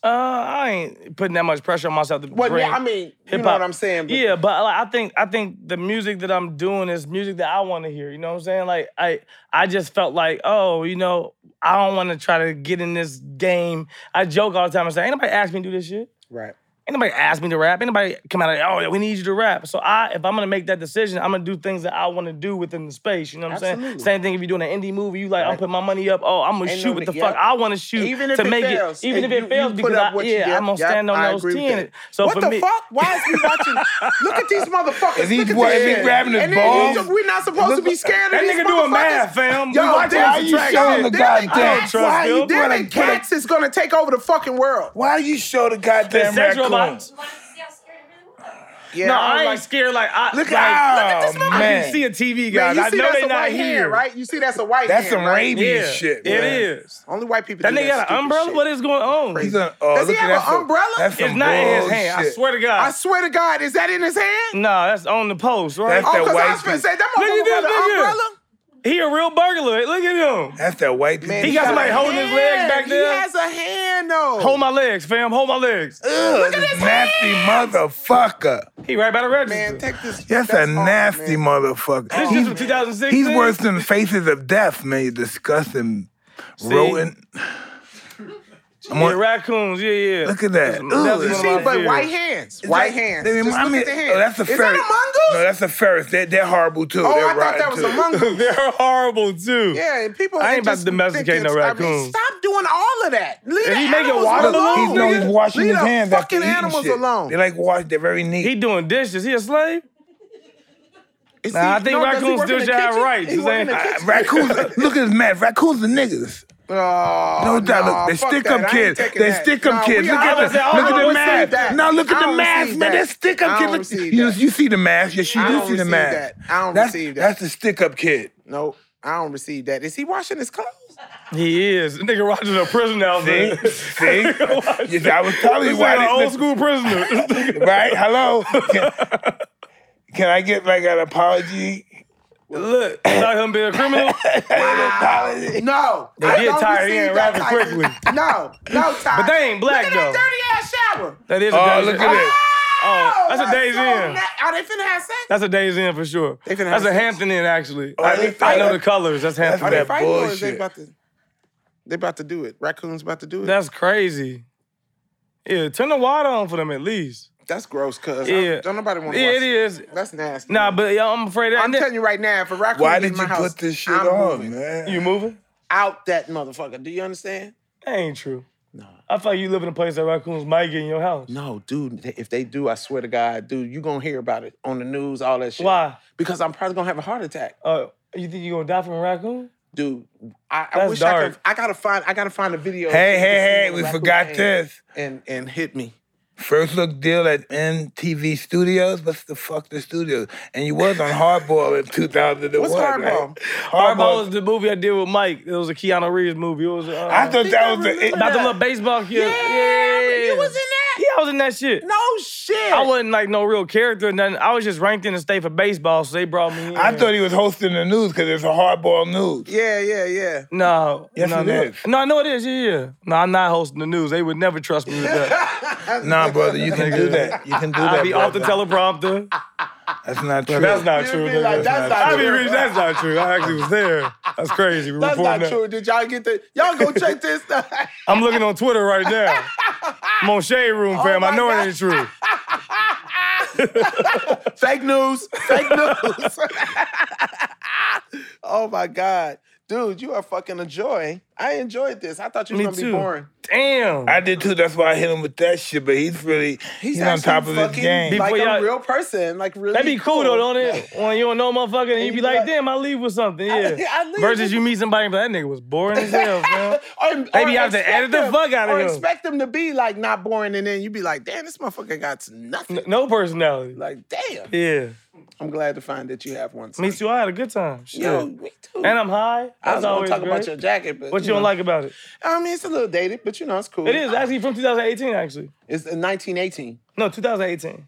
S3: Uh, I ain't putting that much pressure on myself to
S1: Well,
S3: bring.
S1: yeah, I mean, you know
S3: hip-hop.
S1: what I'm saying? but-
S3: Yeah, but like, I think I think the music that I'm doing is music that I want to hear. You know what I'm saying? Like I I just felt like oh you know I don't want to try to get in this game. I joke all the time and say ain't nobody asked me to do this shit.
S1: Right.
S3: Anybody asked me to rap. Anybody come out of oh we need you to rap. So I if I'm gonna make that decision, I'm gonna do things that I want to do within the space. You know what I'm saying?
S1: Absolutely.
S3: Same thing if you're doing an indie movie, you like I'm putting my money up. Oh I'm gonna
S1: Ain't
S3: shoot
S1: no
S3: what the
S1: need-
S3: fuck
S1: yep.
S3: I want to shoot
S1: Even if
S3: to
S1: it
S3: make
S1: fails,
S3: it. Even if
S1: and
S3: it
S1: you- you
S3: fails,
S1: put
S3: because
S1: up
S3: I,
S1: what you
S3: yeah
S1: get.
S3: I'm gonna
S1: Yep,
S3: stand on
S1: I
S3: those
S1: agree with
S3: ten.
S1: that.
S3: So
S1: what
S3: for
S1: the
S3: me,
S1: fuck? Why is we watching? Look at these motherfuckers.
S7: Is he-
S1: Look at
S7: what,
S1: this
S7: is he
S1: shit.
S7: grabbing his
S1: and then
S7: balls?
S1: you- We're not supposed to be scared of
S3: That
S1: these
S3: nigga doing
S1: motherfuckers.
S3: math, fam.
S1: Yo,
S3: We watching
S1: damn,
S3: some
S1: you
S3: track
S7: showing
S3: shit.
S7: the
S1: Damn
S7: goddamn-
S1: cats,
S3: Why
S1: why
S3: you
S1: you-
S3: put
S1: damn cats is gonna take over the fucking world.
S2: why you show the goddamn
S3: sex
S2: raccoon?
S3: robots.
S8: You want to see how scared it really was?
S1: Yeah,
S3: No,
S1: I'm
S3: I ain't
S1: like,
S3: scared. Like I
S2: Look
S3: like,
S2: at this
S3: I
S2: man.
S3: can see a TV
S1: Man,
S3: guy.
S1: you
S3: I
S1: see
S3: know
S1: that's
S3: they
S1: a
S3: not
S1: white
S3: here,
S1: hand, right? You see that's a white
S2: That's
S1: hand.
S2: some
S1: right?
S2: rabies
S3: Yeah,
S2: shit.
S3: it
S2: man.
S3: is.
S1: Only white people.
S3: That
S1: do
S3: nigga got
S1: stupid
S3: an umbrella.
S1: shit.
S3: What is going on?
S2: He's on, oh,
S1: Does he
S2: look at
S1: have
S2: that
S1: an
S2: some-
S1: umbrella?
S2: That's
S1: It's
S2: some
S3: It's not in his hand. I
S2: bullshit.
S3: swear to
S1: I
S3: God.
S1: swear to God, is that in his hand?
S3: No, that's on the post, right?
S2: That's
S1: Oh, because I
S2: white
S1: was gonna
S2: people.
S1: say that
S3: Look at
S1: motherfucker
S3: this
S1: got an
S3: nigga.
S1: umbrella.
S3: He a real burglar. Look at him.
S2: That's that white
S1: Man,
S2: people.
S3: He got
S1: a
S3: somebody holding his legs
S1: hand.
S3: back there.
S1: He has a hand though.
S3: Hold my legs, fam. Hold my legs.
S2: Ugh, this nasty motherfucker.
S3: He right by the register.
S1: man, take this.
S2: That's, a
S1: off,
S2: nasty
S1: man.
S2: motherfucker.
S3: this is from 2016.
S2: He's worse than Faces of Death, man. You disgusting rodent. I'm
S3: Yeah,
S2: on-
S3: raccoons. Yeah, yeah.
S2: Look at that.
S3: That's- that's
S2: Ooh,
S3: one
S2: you
S3: of
S2: see,
S3: my
S1: But
S3: fears.
S1: white hands, white
S2: Like,
S1: hands.
S2: they
S1: Just
S2: remind
S1: look at
S2: me-
S1: the hands.
S2: Oh, that's a
S1: Is
S2: ferret.
S1: that a
S2: No,
S1: mongoose?
S2: that's a ferret. They're, they're horrible too.
S1: Oh,
S2: they're
S1: I thought
S2: rotten,
S1: that was
S2: too.
S1: a mongoose.
S3: They're horrible too.
S1: Yeah, and people.
S3: I ain't
S1: they
S3: about to
S1: just
S3: domesticate
S1: think it's-
S3: no
S1: I
S3: raccoon.
S1: mean, stop doing all of that. Leave
S3: Is
S1: the
S3: he making
S1: animals
S3: water
S1: alone.
S3: balloons,
S2: He's, no,
S3: nigga?
S2: he's washing
S1: Leave
S2: his
S1: the
S2: hands after
S1: fucking
S2: eating
S1: animals
S2: shit.
S1: alone.
S2: They like wash. They're very neat.
S3: He doing dishes. He a slave?
S1: Is
S3: Nah,
S1: he-
S3: I think
S1: no, does he
S3: raccoons
S1: work
S3: do
S1: in the
S3: job
S1: kitchen?
S3: right.
S1: He
S3: Just
S1: work in
S3: ain't-
S1: the
S3: I-
S1: kitchen?
S2: Uh, raccoons. look at this man. Raccoons are niggas.
S1: Oh,
S2: No doubt.
S1: nah,
S2: Look, they
S1: fuck
S2: stick
S1: that. I
S2: up
S1: ain't
S2: kids.
S1: taking
S2: They
S1: that.
S2: stick up
S1: Nah,
S2: kids.
S1: we-
S2: Look
S1: I
S2: at
S1: don't
S2: the,
S1: see- I
S2: look
S1: don't
S2: at the
S1: receive
S2: math.
S1: that.
S2: Now look
S1: I
S2: at the
S1: don't
S2: math,
S1: receive
S2: man.
S1: that.
S2: That's stick up
S1: I
S2: kids.
S1: don't
S2: Look,
S1: receive
S2: you,
S1: that.
S2: you see the math. Yes, you
S1: I
S2: do
S1: don't
S2: see the
S1: receive
S2: math.
S1: that. I don't
S2: that's,
S1: receive that.
S2: That's the stick up kid.
S1: Nope, I don't receive that. Is he washing his clothes?
S3: He is. Nigga Roger's a prisoner
S2: See?
S3: outfit.
S2: see? Yes, I was telling you
S3: This nigga
S2: why.
S3: an old
S2: this-
S3: school prisoner.
S2: Right? Hello? Can, can I get like an apology?
S3: Look, about him being a criminal.
S2: Apology?
S1: No,
S3: They
S1: I
S3: did
S1: don't
S3: tie her
S1: receive that
S3: in rather
S1: type of-
S3: quickly.
S1: No, no, Ty.
S3: But they ain't black,
S1: Look at
S3: though.
S1: that dirty ass shower.
S3: That is a
S2: Oh,
S3: days
S2: look
S3: in.
S2: at this.
S3: Oh, that's a
S1: I
S3: days
S1: saw
S3: in.
S1: that. Are they finna have sex?
S3: That's a days in for sure.
S1: They finna
S3: That's a
S1: have-
S3: Hampton in actually.
S2: are
S3: I,
S2: they
S3: I know
S2: fighting?
S3: the colors. That's
S1: Are
S3: Hampton.
S1: they
S2: that
S1: fighting or is they
S2: bullshit.
S1: about to? They about to do it. Raccoon's about to do it. That's,
S3: That's crazy. Yeah, turn the water on for them at least.
S1: gross, cuz.
S3: Yeah.
S1: I- Don't nobody want to
S3: Yeah,
S1: watch
S3: it is.
S1: That's nasty.
S3: Nah, but yo, I'm afraid.
S1: I'm
S3: and then-
S1: telling you right now, if a raccoon
S2: Why
S1: get
S2: did
S1: in
S2: you
S1: my house,
S2: put this shit
S1: I'm
S2: on,
S1: moving
S2: man?
S3: you moving?
S1: Out that motherfucker. Do you understand?
S3: That ain't true. I feel like you live in a place that raccoons might get in your house.
S1: No, dude. th- If they do, I swear to God, dude, you gonna hear about it on the news, all that shit.
S3: Why?
S1: Because I'm probably gonna have a heart attack.
S3: Uh, you think you gonna die from a raccoon?
S1: dude. I, I
S3: That's
S1: wish I
S3: dark.
S1: could. I gotta find. I gotta find a video.
S2: Hey,
S1: so you can see
S2: hey, hey,
S1: when
S2: we
S1: Raccoon
S2: forgot
S1: came
S2: this.
S1: And and hit me.
S2: First look deal at MTV Studios. What's the fuck the studios? And you was on Hardball in 2001.
S1: What's
S2: right?
S1: hardball?
S3: Hardball
S2: Hardball.
S3: is the movie I did with Mike. It was a Keanu Reeves movie. It was uh,
S2: I thought that was the.
S3: about the little baseball kid.
S1: you was in
S3: Yeah,
S1: that.
S3: I was in that shit.
S1: No Oh, shit.
S3: I wasn't like no real character or nothing. I was just ranked in the state for baseball, so they brought me in.
S2: I thought he was hosting the news because it's a hardball news.
S1: Yeah, yeah, yeah.
S3: no,
S2: Yes,
S3: no,
S2: it
S3: no.
S2: is.
S3: No, I know it is. Yeah, yeah. No, I'm not hosting the news. They would never trust me with that.
S2: Nah, brother, you can do that. You can do that.
S3: I'd be off the
S2: brother.
S3: teleprompter.
S2: That's not true.
S3: That's not true.
S1: be like,
S3: nigga.
S1: that's not
S3: I mean,
S1: true.
S3: really, that's not true. I actually was there. That's crazy. We
S1: That's
S3: reporting
S1: not
S3: that.
S1: true. Did y'all get the? Y'all go check this.
S3: I'm looking on Twitter right now. I'm on Shade Room, fam. I
S1: Oh my
S3: know
S1: God.
S3: it ain't true.
S1: Fake news. Fake news. Oh my God. Dude, you are fucking a joy. I enjoyed this. I thought you were
S3: Me
S1: gonna be
S3: too.
S1: boring.
S3: Damn.
S2: I did too. That's why I hit him with that shit. But he's really he's,
S1: He's
S2: on
S1: actually
S2: top of his
S1: fucking
S2: game.
S1: like
S3: Before
S1: a
S3: y'all-
S1: real person. Like really.
S3: That'd be cool though, don't it? When you don't know a motherfucker and you
S1: you
S3: be like,
S1: like-
S3: damn, I leave with something. Yeah.
S1: I leave
S3: Versus
S1: with-
S3: you meet somebody and be like, that nigga was boring as hell, man.
S1: Or,
S3: Maybe you have to
S1: expect
S3: edit the
S1: them-
S3: fuck out of
S1: or
S3: him.
S1: expect them to be like not boring, and then you be like, "Damn, this motherfucker got nothing."
S3: No personality.
S1: Like, damn.
S3: Yeah.
S1: I'm glad to find that you have one. son.
S3: Me too. I had a good time. Shit.
S1: Yo, me too.
S3: And I'm high.
S1: I
S3: That's
S1: was gonna
S3: always
S1: talk
S3: great.
S1: about your jacket, but
S3: What you don't
S1: know.
S3: like about it?
S1: I mean, it's a little dated, but you know, it's cool.
S3: It is actually from 2018, actually.
S1: It's in 1918.
S3: No, 2018.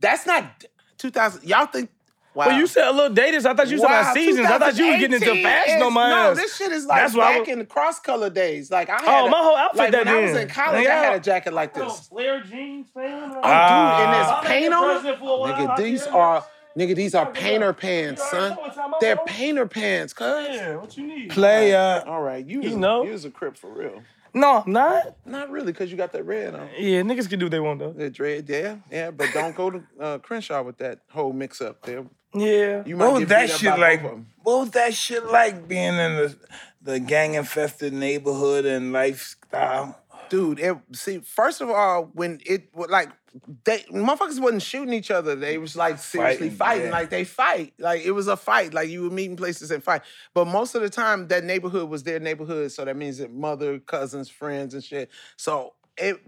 S1: That's not 2000. Y'all think? Wow.
S3: But you said a little dated, so I thought you said
S1: Wow,
S3: about seasons. I thought you was getting into
S1: 2018
S3: fashion
S1: is-
S3: on my
S1: No,
S3: ass.
S1: this shit is like
S3: That's why I
S1: back
S3: was-
S1: in the cross color days. Like I had
S3: Oh,
S1: a-
S3: my whole outfit
S1: like,
S3: that
S1: when I was
S3: day.
S1: in college, I
S3: Nigga,
S1: had a jacket like this.
S3: Flare jeans, fam.
S2: Ah.
S1: Dude, Oh, and there's paint on it. Nigga, these are nigga, these are painter pants, son. They're painter pants, cuz.
S3: Yeah, what you need?
S2: Player.
S1: All right, you, was-
S3: know?
S1: you was a crip for real.
S3: No, I'm not.
S1: Not really, cause you got that red on.
S3: Yeah, niggas can do what they want though.
S1: The dread, yeah, yeah, but don't go to uh, Crenshaw with that whole mix up there.
S3: Yeah.
S1: You might
S2: What was
S1: get
S2: that
S1: beat up
S2: shit
S1: by
S2: like?
S1: both of 'em.
S2: What was that shit like being in the the gang infested neighborhood and lifestyle?
S1: dude. It, see, first of all, when it wa- like they motherfuckers wasn't shooting each other, they was like seriously
S2: Fighting,
S1: fighting.
S2: yeah.
S1: Like they fight, like it was a fight. Like you would meet in places and fight. But most of the time, that neighborhood was their neighborhood, so that means that mother, cousins, friends, and shit. So it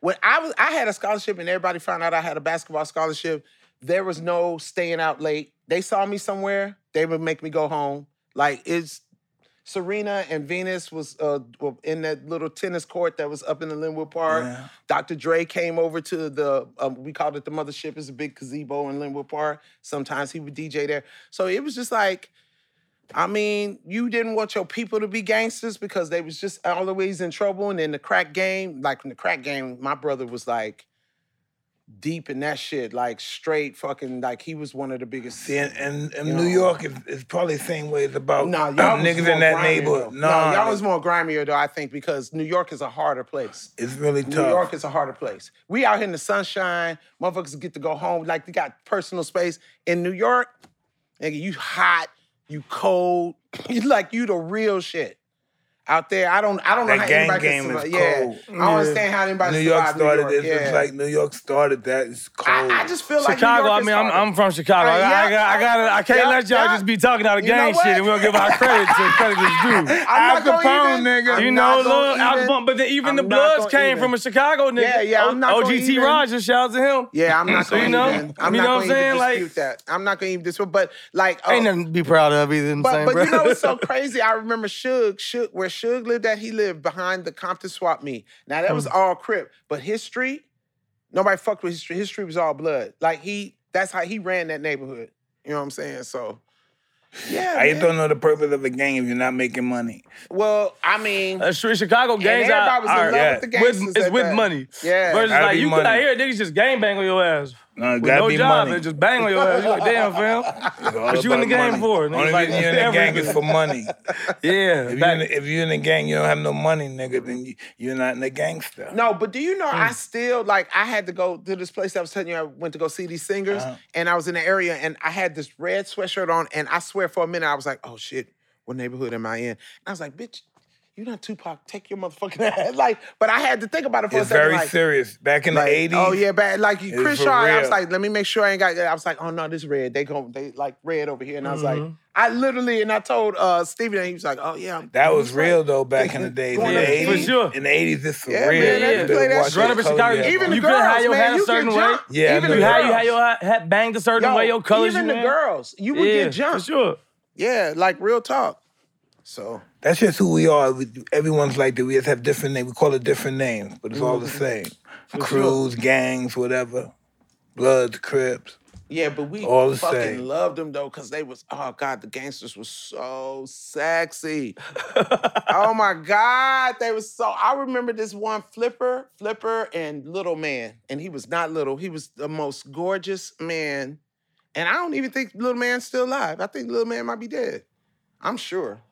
S1: when I was, I had a scholarship, and everybody found out I had a basketball scholarship. There was no staying out late. They saw me somewhere, they would make me go home. Like it's Serena and Venus was uh, were in that little tennis court that was up in the Linwood Park. Dr. Dre came over to the um, we called it the mothership. It's a big gazebo in Linwood Park. Sometimes he would DJ there. So it was just like, I mean, you didn't want your people to be gangsters because they was just always in trouble. And in the crack game, like in the crack game, my brother was like deep in that shit, like straight fucking like he was one of the biggest.
S2: See, and, and, and New York is, is probably the same way it's about
S1: No, y'all was
S2: niggas
S1: more
S2: in that
S1: grimier,
S2: neighborhood.
S1: though.
S2: No,
S1: y'all was more grimier though. I think because New York is a harder place.
S2: it's really
S1: New
S2: tough.
S1: York is a harder place. We out here in the sunshine. Motherfuckers get to go home. Like they got personal space. In New York, nigga, you hot, you cold. you like you the real shit. Out there, I don't, I don't know
S2: That
S1: how
S2: gang
S1: anybody
S2: game
S1: can
S2: is
S1: survive. yeah,
S2: cold.
S1: I don't understand how anybody
S2: New York
S1: survived
S2: started
S1: New York.
S2: this. It's
S1: yeah.
S2: like New York started that. It's cold.
S1: I, I just feel like New
S3: Chicago,
S1: York
S3: I
S1: is
S3: mean, I'm,
S1: harder.
S3: I'm from Chicago.
S1: Uh,
S3: I,
S1: yeah,
S3: I, got, I, got, I can't
S1: yeah,
S3: let y'all
S1: yeah.
S3: just be talking out of
S1: You know
S3: gang
S1: what?
S3: shit and we don't give our credit to credit is due.
S1: I'm not
S2: Al
S1: gonna
S2: Capone,
S1: even-
S2: nigga.
S3: You
S1: I'm
S3: know,
S1: not
S3: little
S1: gonna
S3: Al
S1: even-
S3: Capone, but then even
S1: I'm
S3: the
S1: not
S3: Bloods
S1: gonna
S3: came
S1: even.
S3: from a Chicago nigga.
S1: Yeah, yeah, I'm not
S3: O-
S1: gonna
S3: OGT
S1: even-
S3: Rogers, shout out to him.
S1: Yeah, I'm not
S3: So, you
S1: going
S3: know,
S1: to even. I'm
S3: you
S1: not
S3: know what
S1: going to even
S3: I'm saying? Like-
S1: dispute that. I'm not going to even dispute. But like, uh,
S3: Ain't nothing to be proud of either. I'm
S1: but
S3: saying,
S1: but
S3: bro.
S1: you know what's so crazy? I remember Suge, Suge where Suge lived at. He lived behind the Compton Swap Meet. Now that was all Crip, but his street, nobody fucked with his street. His street was all blood. Like he, that's how he ran that neighborhood. You know what I'm saying? So yeah.
S2: I
S1: man.
S2: just don't know the purpose of a gang if you're not making money.
S1: well, I mean,
S3: Uh, Sh- Chicago gangs
S1: everybody
S3: are,
S1: was in love
S3: are-
S1: with the
S3: with-
S1: gangsters
S3: it's
S1: at
S3: with
S1: that.
S3: money.
S1: Yeah.
S3: Versus
S2: Gotta
S3: like
S2: be
S3: you
S2: money.
S3: got here, niggas just gang bang on your ass.
S2: No, it
S3: With
S2: gotta
S3: no
S2: be
S3: job,
S2: money.
S3: they just bang on your ass. You like, damn, fam. What you in the game for? Niggas
S2: Only
S3: like,
S2: reason you're in the gang is
S3: everything.
S2: for money.
S3: Yeah.
S2: If you're, in
S3: back-
S2: the, if you're in the gang, you don't have no money, nigga, then you, you're not in the gangster.
S1: No, but do you know I
S2: Mm.
S1: still like I had to go to this place I was telling you I went to go see these singers
S2: Uh-huh.
S1: and I was in the area and I had this red sweatshirt on and I swear for a minute I was like, oh shit, what neighborhood am I in? And I was like, bitch, you're not Tupac, take your motherfucking ass. Like, but I had to think about it for
S2: It's
S1: a second.
S2: very
S1: like,
S2: serious. Back in
S1: like,
S2: the 80s,
S1: oh yeah, bad. Like
S2: It's
S1: Chris
S2: for
S1: Shaw, I was
S2: real.
S1: like, let me make sure I ain't got. I was like, oh no, this red. They go, they like red over here, and I was like,
S2: Mm-hmm.
S1: I literally, and I told uh Steven, and he was like, oh yeah, I'm-
S2: that
S1: I'm
S2: was
S1: just like-
S2: real, though, back in the days.
S1: Going
S2: in the
S1: up-
S3: for
S2: 80s,
S3: sure.
S2: In the 80s, this was
S1: Yeah,
S2: real.
S1: man, they
S2: You
S1: play
S2: better
S1: that
S2: watch
S1: shit.
S2: your
S1: Growing up
S3: in Chicago,
S2: cognac.
S1: Even the
S3: You couldn't
S1: girls,
S3: have your
S1: man,
S3: hat a
S1: you get
S3: certain way.
S1: jumped.
S2: Yeah, I
S1: even the
S2: know
S3: You had you
S1: girls.
S3: had your hat, hat banged a certain way, your colors.
S1: even
S3: you
S1: the
S3: had.
S1: girls, you would
S3: yeah,
S1: get jumped.
S3: For sure.
S1: Yeah, like real talk. So
S2: That's just who we are. We, everyone's like that. We just have different names. We call it different names, but it's all the
S1: Mm-hmm.
S2: same. Crews, gangs, whatever. Bloods, Crips.
S1: yeah, but we
S2: All the
S1: fucking
S2: same.
S1: loved them though, cause they was oh god, the gangsters was so sexy. oh my god, they was so. I remember this one flipper, flipper, and little man, and he was not little. He was the most gorgeous man, and I don't even think little man's still alive. I think little man might be dead. I'm sure.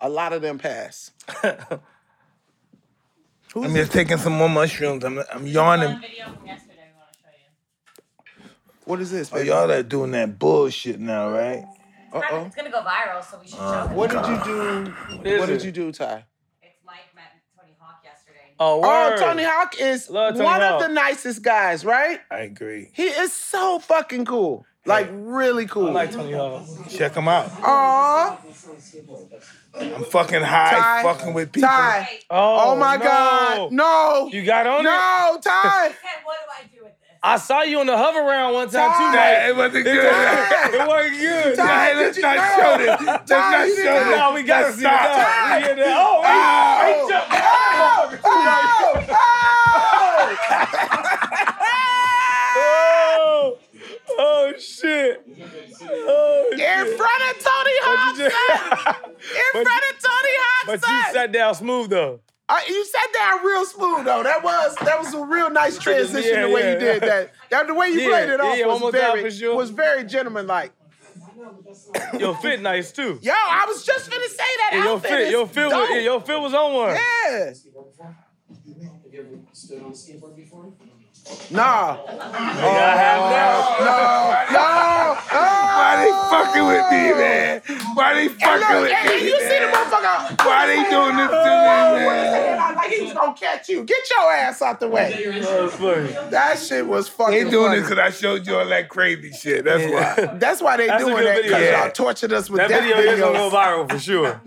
S1: A lot of them passed.
S2: I'm just taking some more mushrooms. I'm, I'm yawning.
S8: One video from yesterday we want to show you.
S1: What is this?
S2: Oh,
S1: baby?
S2: y'all that doing that bullshit now, right?
S1: Uh-oh.
S8: It's gonna go viral, so we should
S3: Uh,
S8: show it.
S1: What did you do? What,
S3: is
S1: did
S3: it?
S1: you do, Ty?
S8: It's Mike met Tony Hawk yesterday.
S1: Oh,
S3: Oh, word.
S1: Tony Hawk is
S3: Love Tony
S1: one
S3: Hawk.
S1: of the nicest guys, right?
S2: I agree.
S1: He is so fucking cool. Like really cool.
S3: I like Tony Hawk.
S2: Check them out.
S1: Aw,
S2: I'm fucking
S1: Ty.
S2: high, fucking with people.
S1: Ty.
S3: Oh,
S1: Oh, my
S3: no.
S1: God. No.
S3: You got on it?
S1: no, Ty.
S8: Ted, what do I do with this?
S3: I saw you on the hover round one time too,
S2: Nah,
S3: Mike.
S2: it wasn't good.
S3: It wasn't good.
S2: Nah,
S1: Ty, did
S2: let's
S1: you-
S2: not
S1: no.
S2: show this. Let's
S1: Ty,
S2: not
S1: you did
S2: show this.
S1: not.
S3: No, we gotta
S2: Let's
S3: see
S2: not.
S3: that. We hear that. Oh,
S2: Oh.
S3: he, he jumped. Oh, oh shit. Oh, shit.
S1: In front of Tony Hawk.
S3: But you just-
S1: In
S3: but
S1: front of Tony Hawk.
S3: But you sat down smooth though.
S1: Uh, you sat down real smooth though. That was that was a real nice transition
S3: Yeah,
S1: the way
S3: yeah.
S1: you did that. that. The way you
S3: Yeah,
S1: played it off
S3: yeah, one more
S1: was
S3: time
S1: very
S3: for sure.
S1: was very gentleman like.
S3: Your fit nice too.
S1: Yo, I was just gonna say that
S3: Yeah, your
S1: outfit
S3: fit,
S1: is
S3: your fit,
S1: dope.
S3: was, yeah, your fit was on one.
S1: yeah.
S9: Have you ever stood on a skateboard before?
S1: Nah.
S3: I have now.
S1: No. No.
S2: Why they fucking with me, man? Why they
S1: And
S2: fucking
S1: look, and
S2: with me?
S1: you see the
S2: man?
S1: motherfucker.
S2: Why they doing this to me, man?
S1: And I like he was gonna catch you. Get your ass out the way.
S3: That's funny.
S1: That shit was fucking.
S2: They doing this
S1: funny.
S2: because I showed you all that crazy shit. That's why.
S1: That's why they
S3: That's a
S1: doing
S3: good
S1: that
S3: video.
S1: because
S2: Yeah.
S1: y'all tortured us with
S3: That
S1: that,
S3: video is gonna go viral for sure.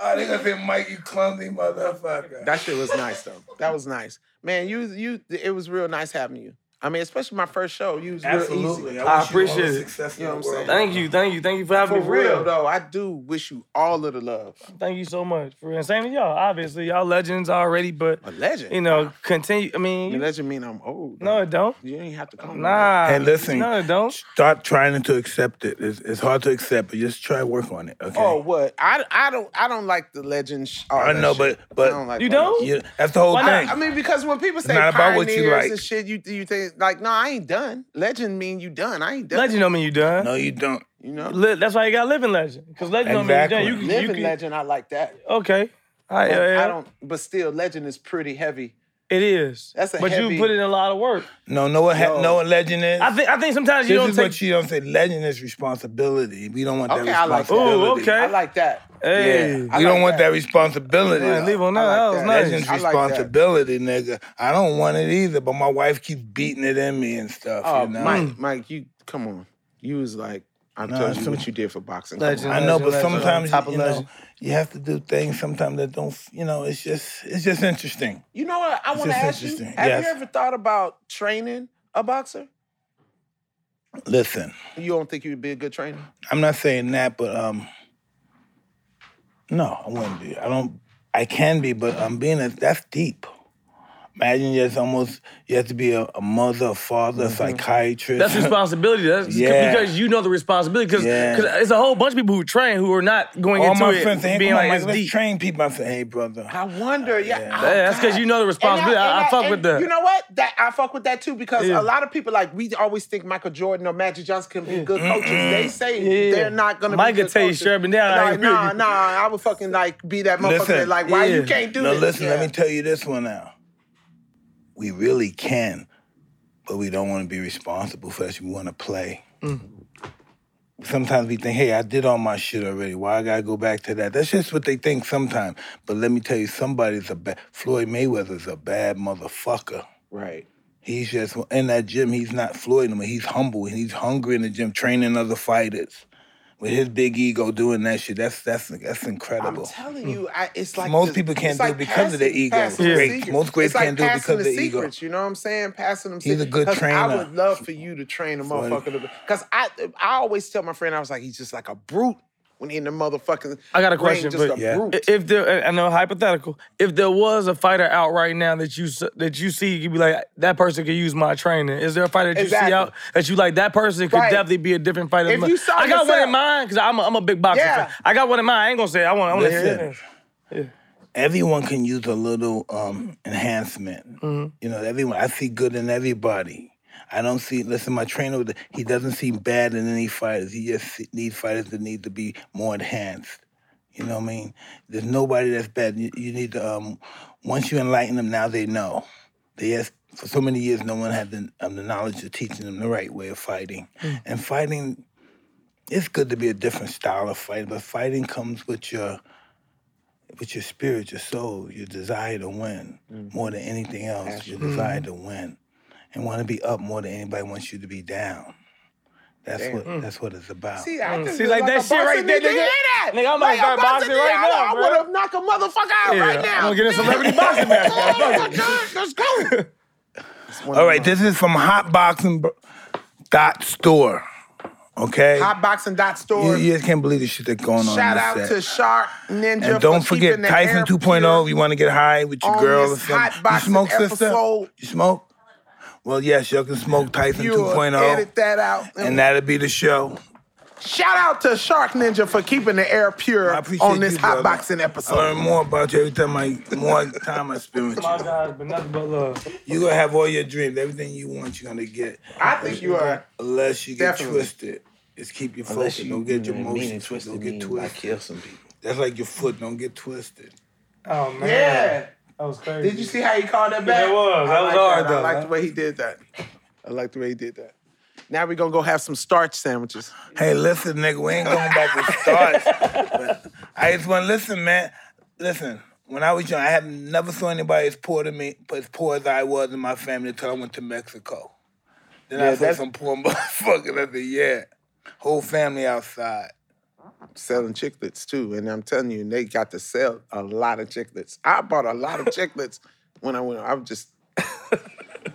S2: Oh, they gonna say, Mike, you clumsy motherfucker.
S1: That shit was nice though. That was nice, man. You you it was real nice having you. I mean, especially my first show. You was real easy.
S2: I,
S3: I
S2: wish you all
S3: appreciate
S2: the
S3: it.
S2: Success
S1: You know
S2: in
S1: what
S2: the
S1: I'm
S2: world.
S1: saying?
S3: Thank you, thank you, thank you for having
S1: For
S3: me.
S1: real though, I do wish you all of the love.
S3: Thank you so much for and same to y'all. Obviously, y'all legends already, but
S1: A legend.
S3: you know, continue. I mean,
S1: You legend mean I'm old.
S3: no,
S1: though.
S3: it don't.
S1: you ain't have to come.
S3: Nah.
S2: Hey, listen.
S3: No, it don't.
S2: Start trying to accept it. It's, it's hard to accept, but just try to work on it. Okay.
S1: Oh what? I, I don't I don't like the legend. Sh- all
S2: I
S1: that
S2: know,
S1: shit.
S2: but- but-
S1: I don't like
S3: You
S1: all that
S3: don't?
S2: You- that's the whole
S3: Why not?
S2: thing.
S1: I mean, because when people say
S2: not about what
S1: pioneers
S2: you like.
S1: and shit, you you think like, no, I ain't done. Legend mean you done. I ain't done.
S3: Legend don't mean you done.
S2: no, you don't.
S1: you know,
S3: Li- that's why you got living legend. Because legend don't
S2: Exactly.
S3: mean you done. You, can- you
S1: living
S3: can-
S1: legend. I like that.
S3: Okay. I,
S1: But
S3: yeah, yeah.
S1: I don't. But still, legend is pretty heavy.
S3: It is.
S1: That's a
S3: But
S1: heavy-
S3: you put in a lot of work.
S2: No, no, what ha-
S1: Yo.
S2: no what legend is.
S3: I think. I think sometimes you
S2: this
S3: don't
S2: is
S3: take.
S2: what you don't say. Legend is responsibility. We don't want
S1: Okay, I
S2: that
S1: like that.
S2: responsibility.
S3: Ooh, okay.
S1: I like that.
S3: hey.
S2: Yeah, we don't want that responsibility.
S3: Man, leave on that.
S1: I like
S3: that was
S1: that.
S3: nice.
S2: Legend's
S1: I like that.
S2: responsibility, nigga. I don't want it either, but my wife keeps beating it in me and stuff.
S1: Oh,
S2: you know?
S3: Mm.
S1: Mike, Mike, you come on. You was like, I
S2: No,
S1: told you
S2: some-
S1: what you did for boxing.
S3: Legend.
S1: Legend.
S2: I know,
S3: Legend,
S2: but
S3: legend,
S2: sometimes
S3: top of
S2: you know
S3: legend.
S2: you have to do things sometimes that don't. You know, it's just it's just interesting.
S1: You know what? I want to
S2: just
S1: ask you.
S2: interesting.
S1: Have
S2: Yes.
S1: you ever thought about training a boxer?
S2: Listen,
S1: You don't think you'd be a good trainer?
S2: I'm not saying that, but um, no, I wouldn't be. I don't. I can be, but I'm being a, that's deep. Imagine it's almost you have to be a, a mother, a father, a psychiatrist.
S3: Mm-hmm. That's responsibility. That's
S2: Yeah.
S3: because you know the responsibility. Because
S2: Yeah.
S3: it's a whole bunch of people who train who are not going
S2: All
S3: into
S2: my
S3: it
S2: friends say, hey,
S3: being
S2: come on,
S3: like
S2: Mike,
S3: it's
S2: let's
S3: deep.
S2: train people. I say, hey, brother.
S1: I wonder. Yeah, Oh,
S3: Yeah, that's because
S1: God.
S3: you know the
S1: And
S3: responsibility. I, I,
S1: and
S3: fuck
S1: and
S3: with that.
S1: You know what? That I fuck with that too because a
S3: Yeah.
S1: lot of people like we always think Michael Jordan or Magic Johnson can be good coaches. They say
S3: Yeah.
S1: they're not gonna.
S3: Mike
S1: be
S3: could
S1: good
S3: tell you
S1: coaches.
S3: straight up and down, I
S1: Like,
S3: ain't really-
S1: nah, nah. I would fucking like be that motherfucker.
S2: Listen.
S1: that, like, why
S3: Yeah.
S1: you can't do
S2: Now,
S1: this?
S2: listen, let
S1: Yeah.
S2: me tell you this one now. We really can, but we don't want to be responsible for that. We want to play.
S1: Mm.
S2: Sometimes we think, hey, I did all my shit already. Why I got to go back to that? That's just what they think sometimes. But let me tell you, somebody's a bad, Floyd Mayweather's a bad motherfucker.
S1: Right.
S2: He's just in that gym. He's not Floyd no more. He's humble and he's hungry in the gym, training other fighters with his big ego doing that shit. That's that's that's
S1: I'm
S2: incredible.
S1: telling you, I, it's like
S2: Most
S1: the-
S2: people can't
S1: it's
S2: do
S1: like
S2: it because of their
S1: passing-
S2: ego.
S1: passing the
S2: Great.
S1: secrets.
S2: Most greats
S1: It's like
S2: can't do it
S1: passing
S2: because of
S1: the
S2: their ego.
S1: secrets, You know what I'm saying? Passing them.
S2: He's a
S1: secrets.
S2: good
S1: 'Cause I
S2: trainer.
S1: would love for you to train a motherfucker. Because I, I always tell my friend, I was like, he's just like a brute when he in the motherfucking.
S3: I got a
S1: ring,
S3: question,
S1: Just
S3: but-
S1: a
S2: Yeah.
S1: brute.
S3: If there, I know hypothetical. If there was a fighter out right now that you s- that you see, you'd be like, that person could use my training. Is there a fighter that
S1: Exactly.
S3: you see out that you like? That person could
S1: Right.
S3: definitely be a different fighter.
S1: If you saw
S3: I got one
S1: yourself-
S3: in mind because I'm a, I'm a big boxer
S1: Yeah.
S3: fan. I got one in mind. I ain't gonna say. It. I want. I want to hear
S2: Listen.
S3: it.
S2: Everyone can use a little um, enhancement. You know, everyone. I see good in everybody. I don't see. Listen, my trainer, he doesn't seem bad in any fighters. He just see- needs fighters that need to be more enhanced. You know what I mean? There's nobody that's bad. You, you need to. Um, once you enlighten them, now they know. They asked, for so many
S1: Mm.
S2: years, no one had the, um, the knowledge of teaching them the right way of fighting. And fighting it's good to be a different style of fighter, but fighting comes with your with your spirit, your soul, your desire to win
S1: Mm.
S2: more than anything else. Your
S1: Mm-hmm.
S2: desire to win and want to be up more than anybody wants you to be down. That's what that's what it's about.
S1: Mm. See, I just
S3: See,
S1: look
S3: like that
S1: a
S3: shit
S1: boxer
S3: right there,
S1: nigga.
S3: nigga.
S1: Hear that?
S3: Nigga, I'm about to
S1: Like,
S3: start boxing
S1: nigga,
S3: right
S1: I-
S3: now,
S1: I
S3: bro.
S1: would have knocked a motherfucker out right now.
S3: I'm gonna get in celebrity boxing match.
S1: Oh,
S3: motherfucker.
S1: God, Let's go.
S2: All right, this is from Hotboxing Bro- dot store. Okay,
S1: Hotboxing dot
S2: you,
S1: store.
S2: you just can't believe the shit that's going on.
S1: Shout
S2: in
S1: out
S2: this set.
S1: to Shark Ninja.
S2: And don't
S1: for
S2: forget
S1: keeping the
S2: Tyson oh.
S1: air
S2: 2.0. You want to get high with your
S1: on
S2: girl or
S1: this
S2: something? You
S1: hotboxing
S2: smoke, sister?
S1: episode.
S2: You smoke? Well, yes, you can smoke Tyson
S1: pure. You'll
S2: 2.0,
S1: Edit that out.
S2: and that'll be the show.
S1: Shout out to Shark Ninja for keeping the air pure
S2: I appreciate
S1: on this
S2: you, brother.
S1: hotboxing
S2: I learn
S1: episode.
S2: more about you every time I more time I spend with
S3: My
S2: you.
S3: God, but nothing but love.
S2: You gonna have all your dreams, everything you want, you're gonna get.
S1: I think you are.
S2: Unless you get
S1: Definitely.
S2: twisted, just keep your focus.
S10: Unless you
S2: Don't get your
S10: you know, mean
S2: emotions
S10: and twisted,
S2: twisted. Don't get
S10: mean I
S2: twisted.
S10: kill some people.
S2: That's like your foot. Don't get twisted.
S3: Oh man,
S1: Yeah.
S3: that was crazy.
S1: Did you see how he called that back?
S3: That was.
S1: I
S3: That was
S1: like
S3: hard
S1: I
S3: though.
S1: like the way he did that. I like the way he did that. Now we're gonna go have some starch sandwiches.
S2: Hey, listen, nigga, we ain't going back to starts. but I just want to listen, man. Listen, when I was young, I have never saw anybody as poor to me, as poor as I was in my family until I went to Mexico. Then I saw some poor motherfuckers. I said, yeah, whole family outside.
S1: Selling chiclets too, and I'm telling you, they got to sell a lot of chiclets. I bought a lot of chiclets when I went. I was just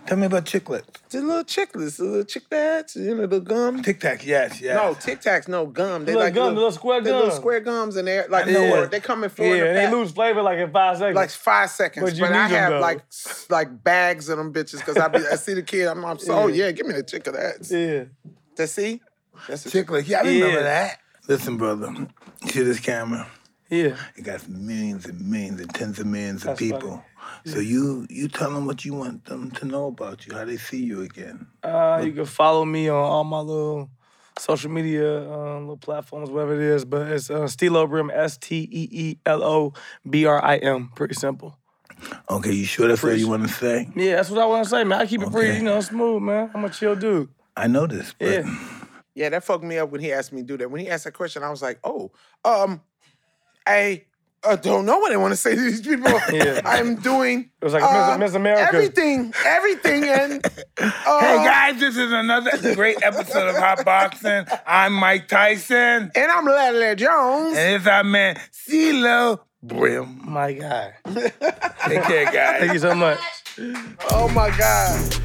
S2: Tell me about chiclets.
S1: the little chiclets, the little chiclets, you know, the gum.
S2: Tic Tac, yes, yes.
S1: No, Tic Tacs, no gum. They
S3: Little
S1: like
S3: gum,
S1: little,
S3: little square
S1: they little
S3: gum.
S1: square gums, and they're like
S2: I know
S1: four.
S2: it.
S1: They come in four. in a
S3: Yeah, they
S1: pack.
S3: lose flavor like in five seconds.
S1: like five seconds.
S3: But
S1: But,
S3: you
S1: I
S3: need 'em,
S1: have
S3: though.
S1: like s- like bags of them bitches because I be I see the kid. I'm, I'm so oh yeah, give me the chick of that.
S3: yeah.
S1: To see, that's a chick.
S2: Chiclets, yeah, I remember
S3: Yeah.
S2: that. Listen, brother, see this camera?
S3: Yeah.
S2: It got millions and millions and tens of millions of
S3: That's funny.
S2: people. So you you tell them what you want them to know about you, how they see you again.
S3: Uh, you can follow me on all my little social media um, little platforms, whatever it is. But it's uh, Stelo Brim, S T E E L O B R I M. Pretty simple.
S2: Okay, you sure that's what you want to say?
S3: Yeah, that's what I want to say, man. I keep it pretty,
S2: Okay.
S3: you know, smooth, man. I'm a chill dude.
S2: I know this, but
S3: Yeah.
S1: Yeah, that fucked me up when he asked me to do that. When he asked that question, I was like, oh, um, I. uh don't know what I want to say to these people.
S3: Yeah.
S1: I'm doing. It
S3: was like Miss- Miss America.
S1: Uh, Everything, everything, and uh,
S2: hey guys, this is another great episode of Hot Boxing. I'm Mike Tyson,
S1: and I'm Ladley Jones.
S2: and it's our man CeeLo Brim.
S3: My God.
S2: Take care, guys.
S3: Thank you so much.
S1: Oh my God.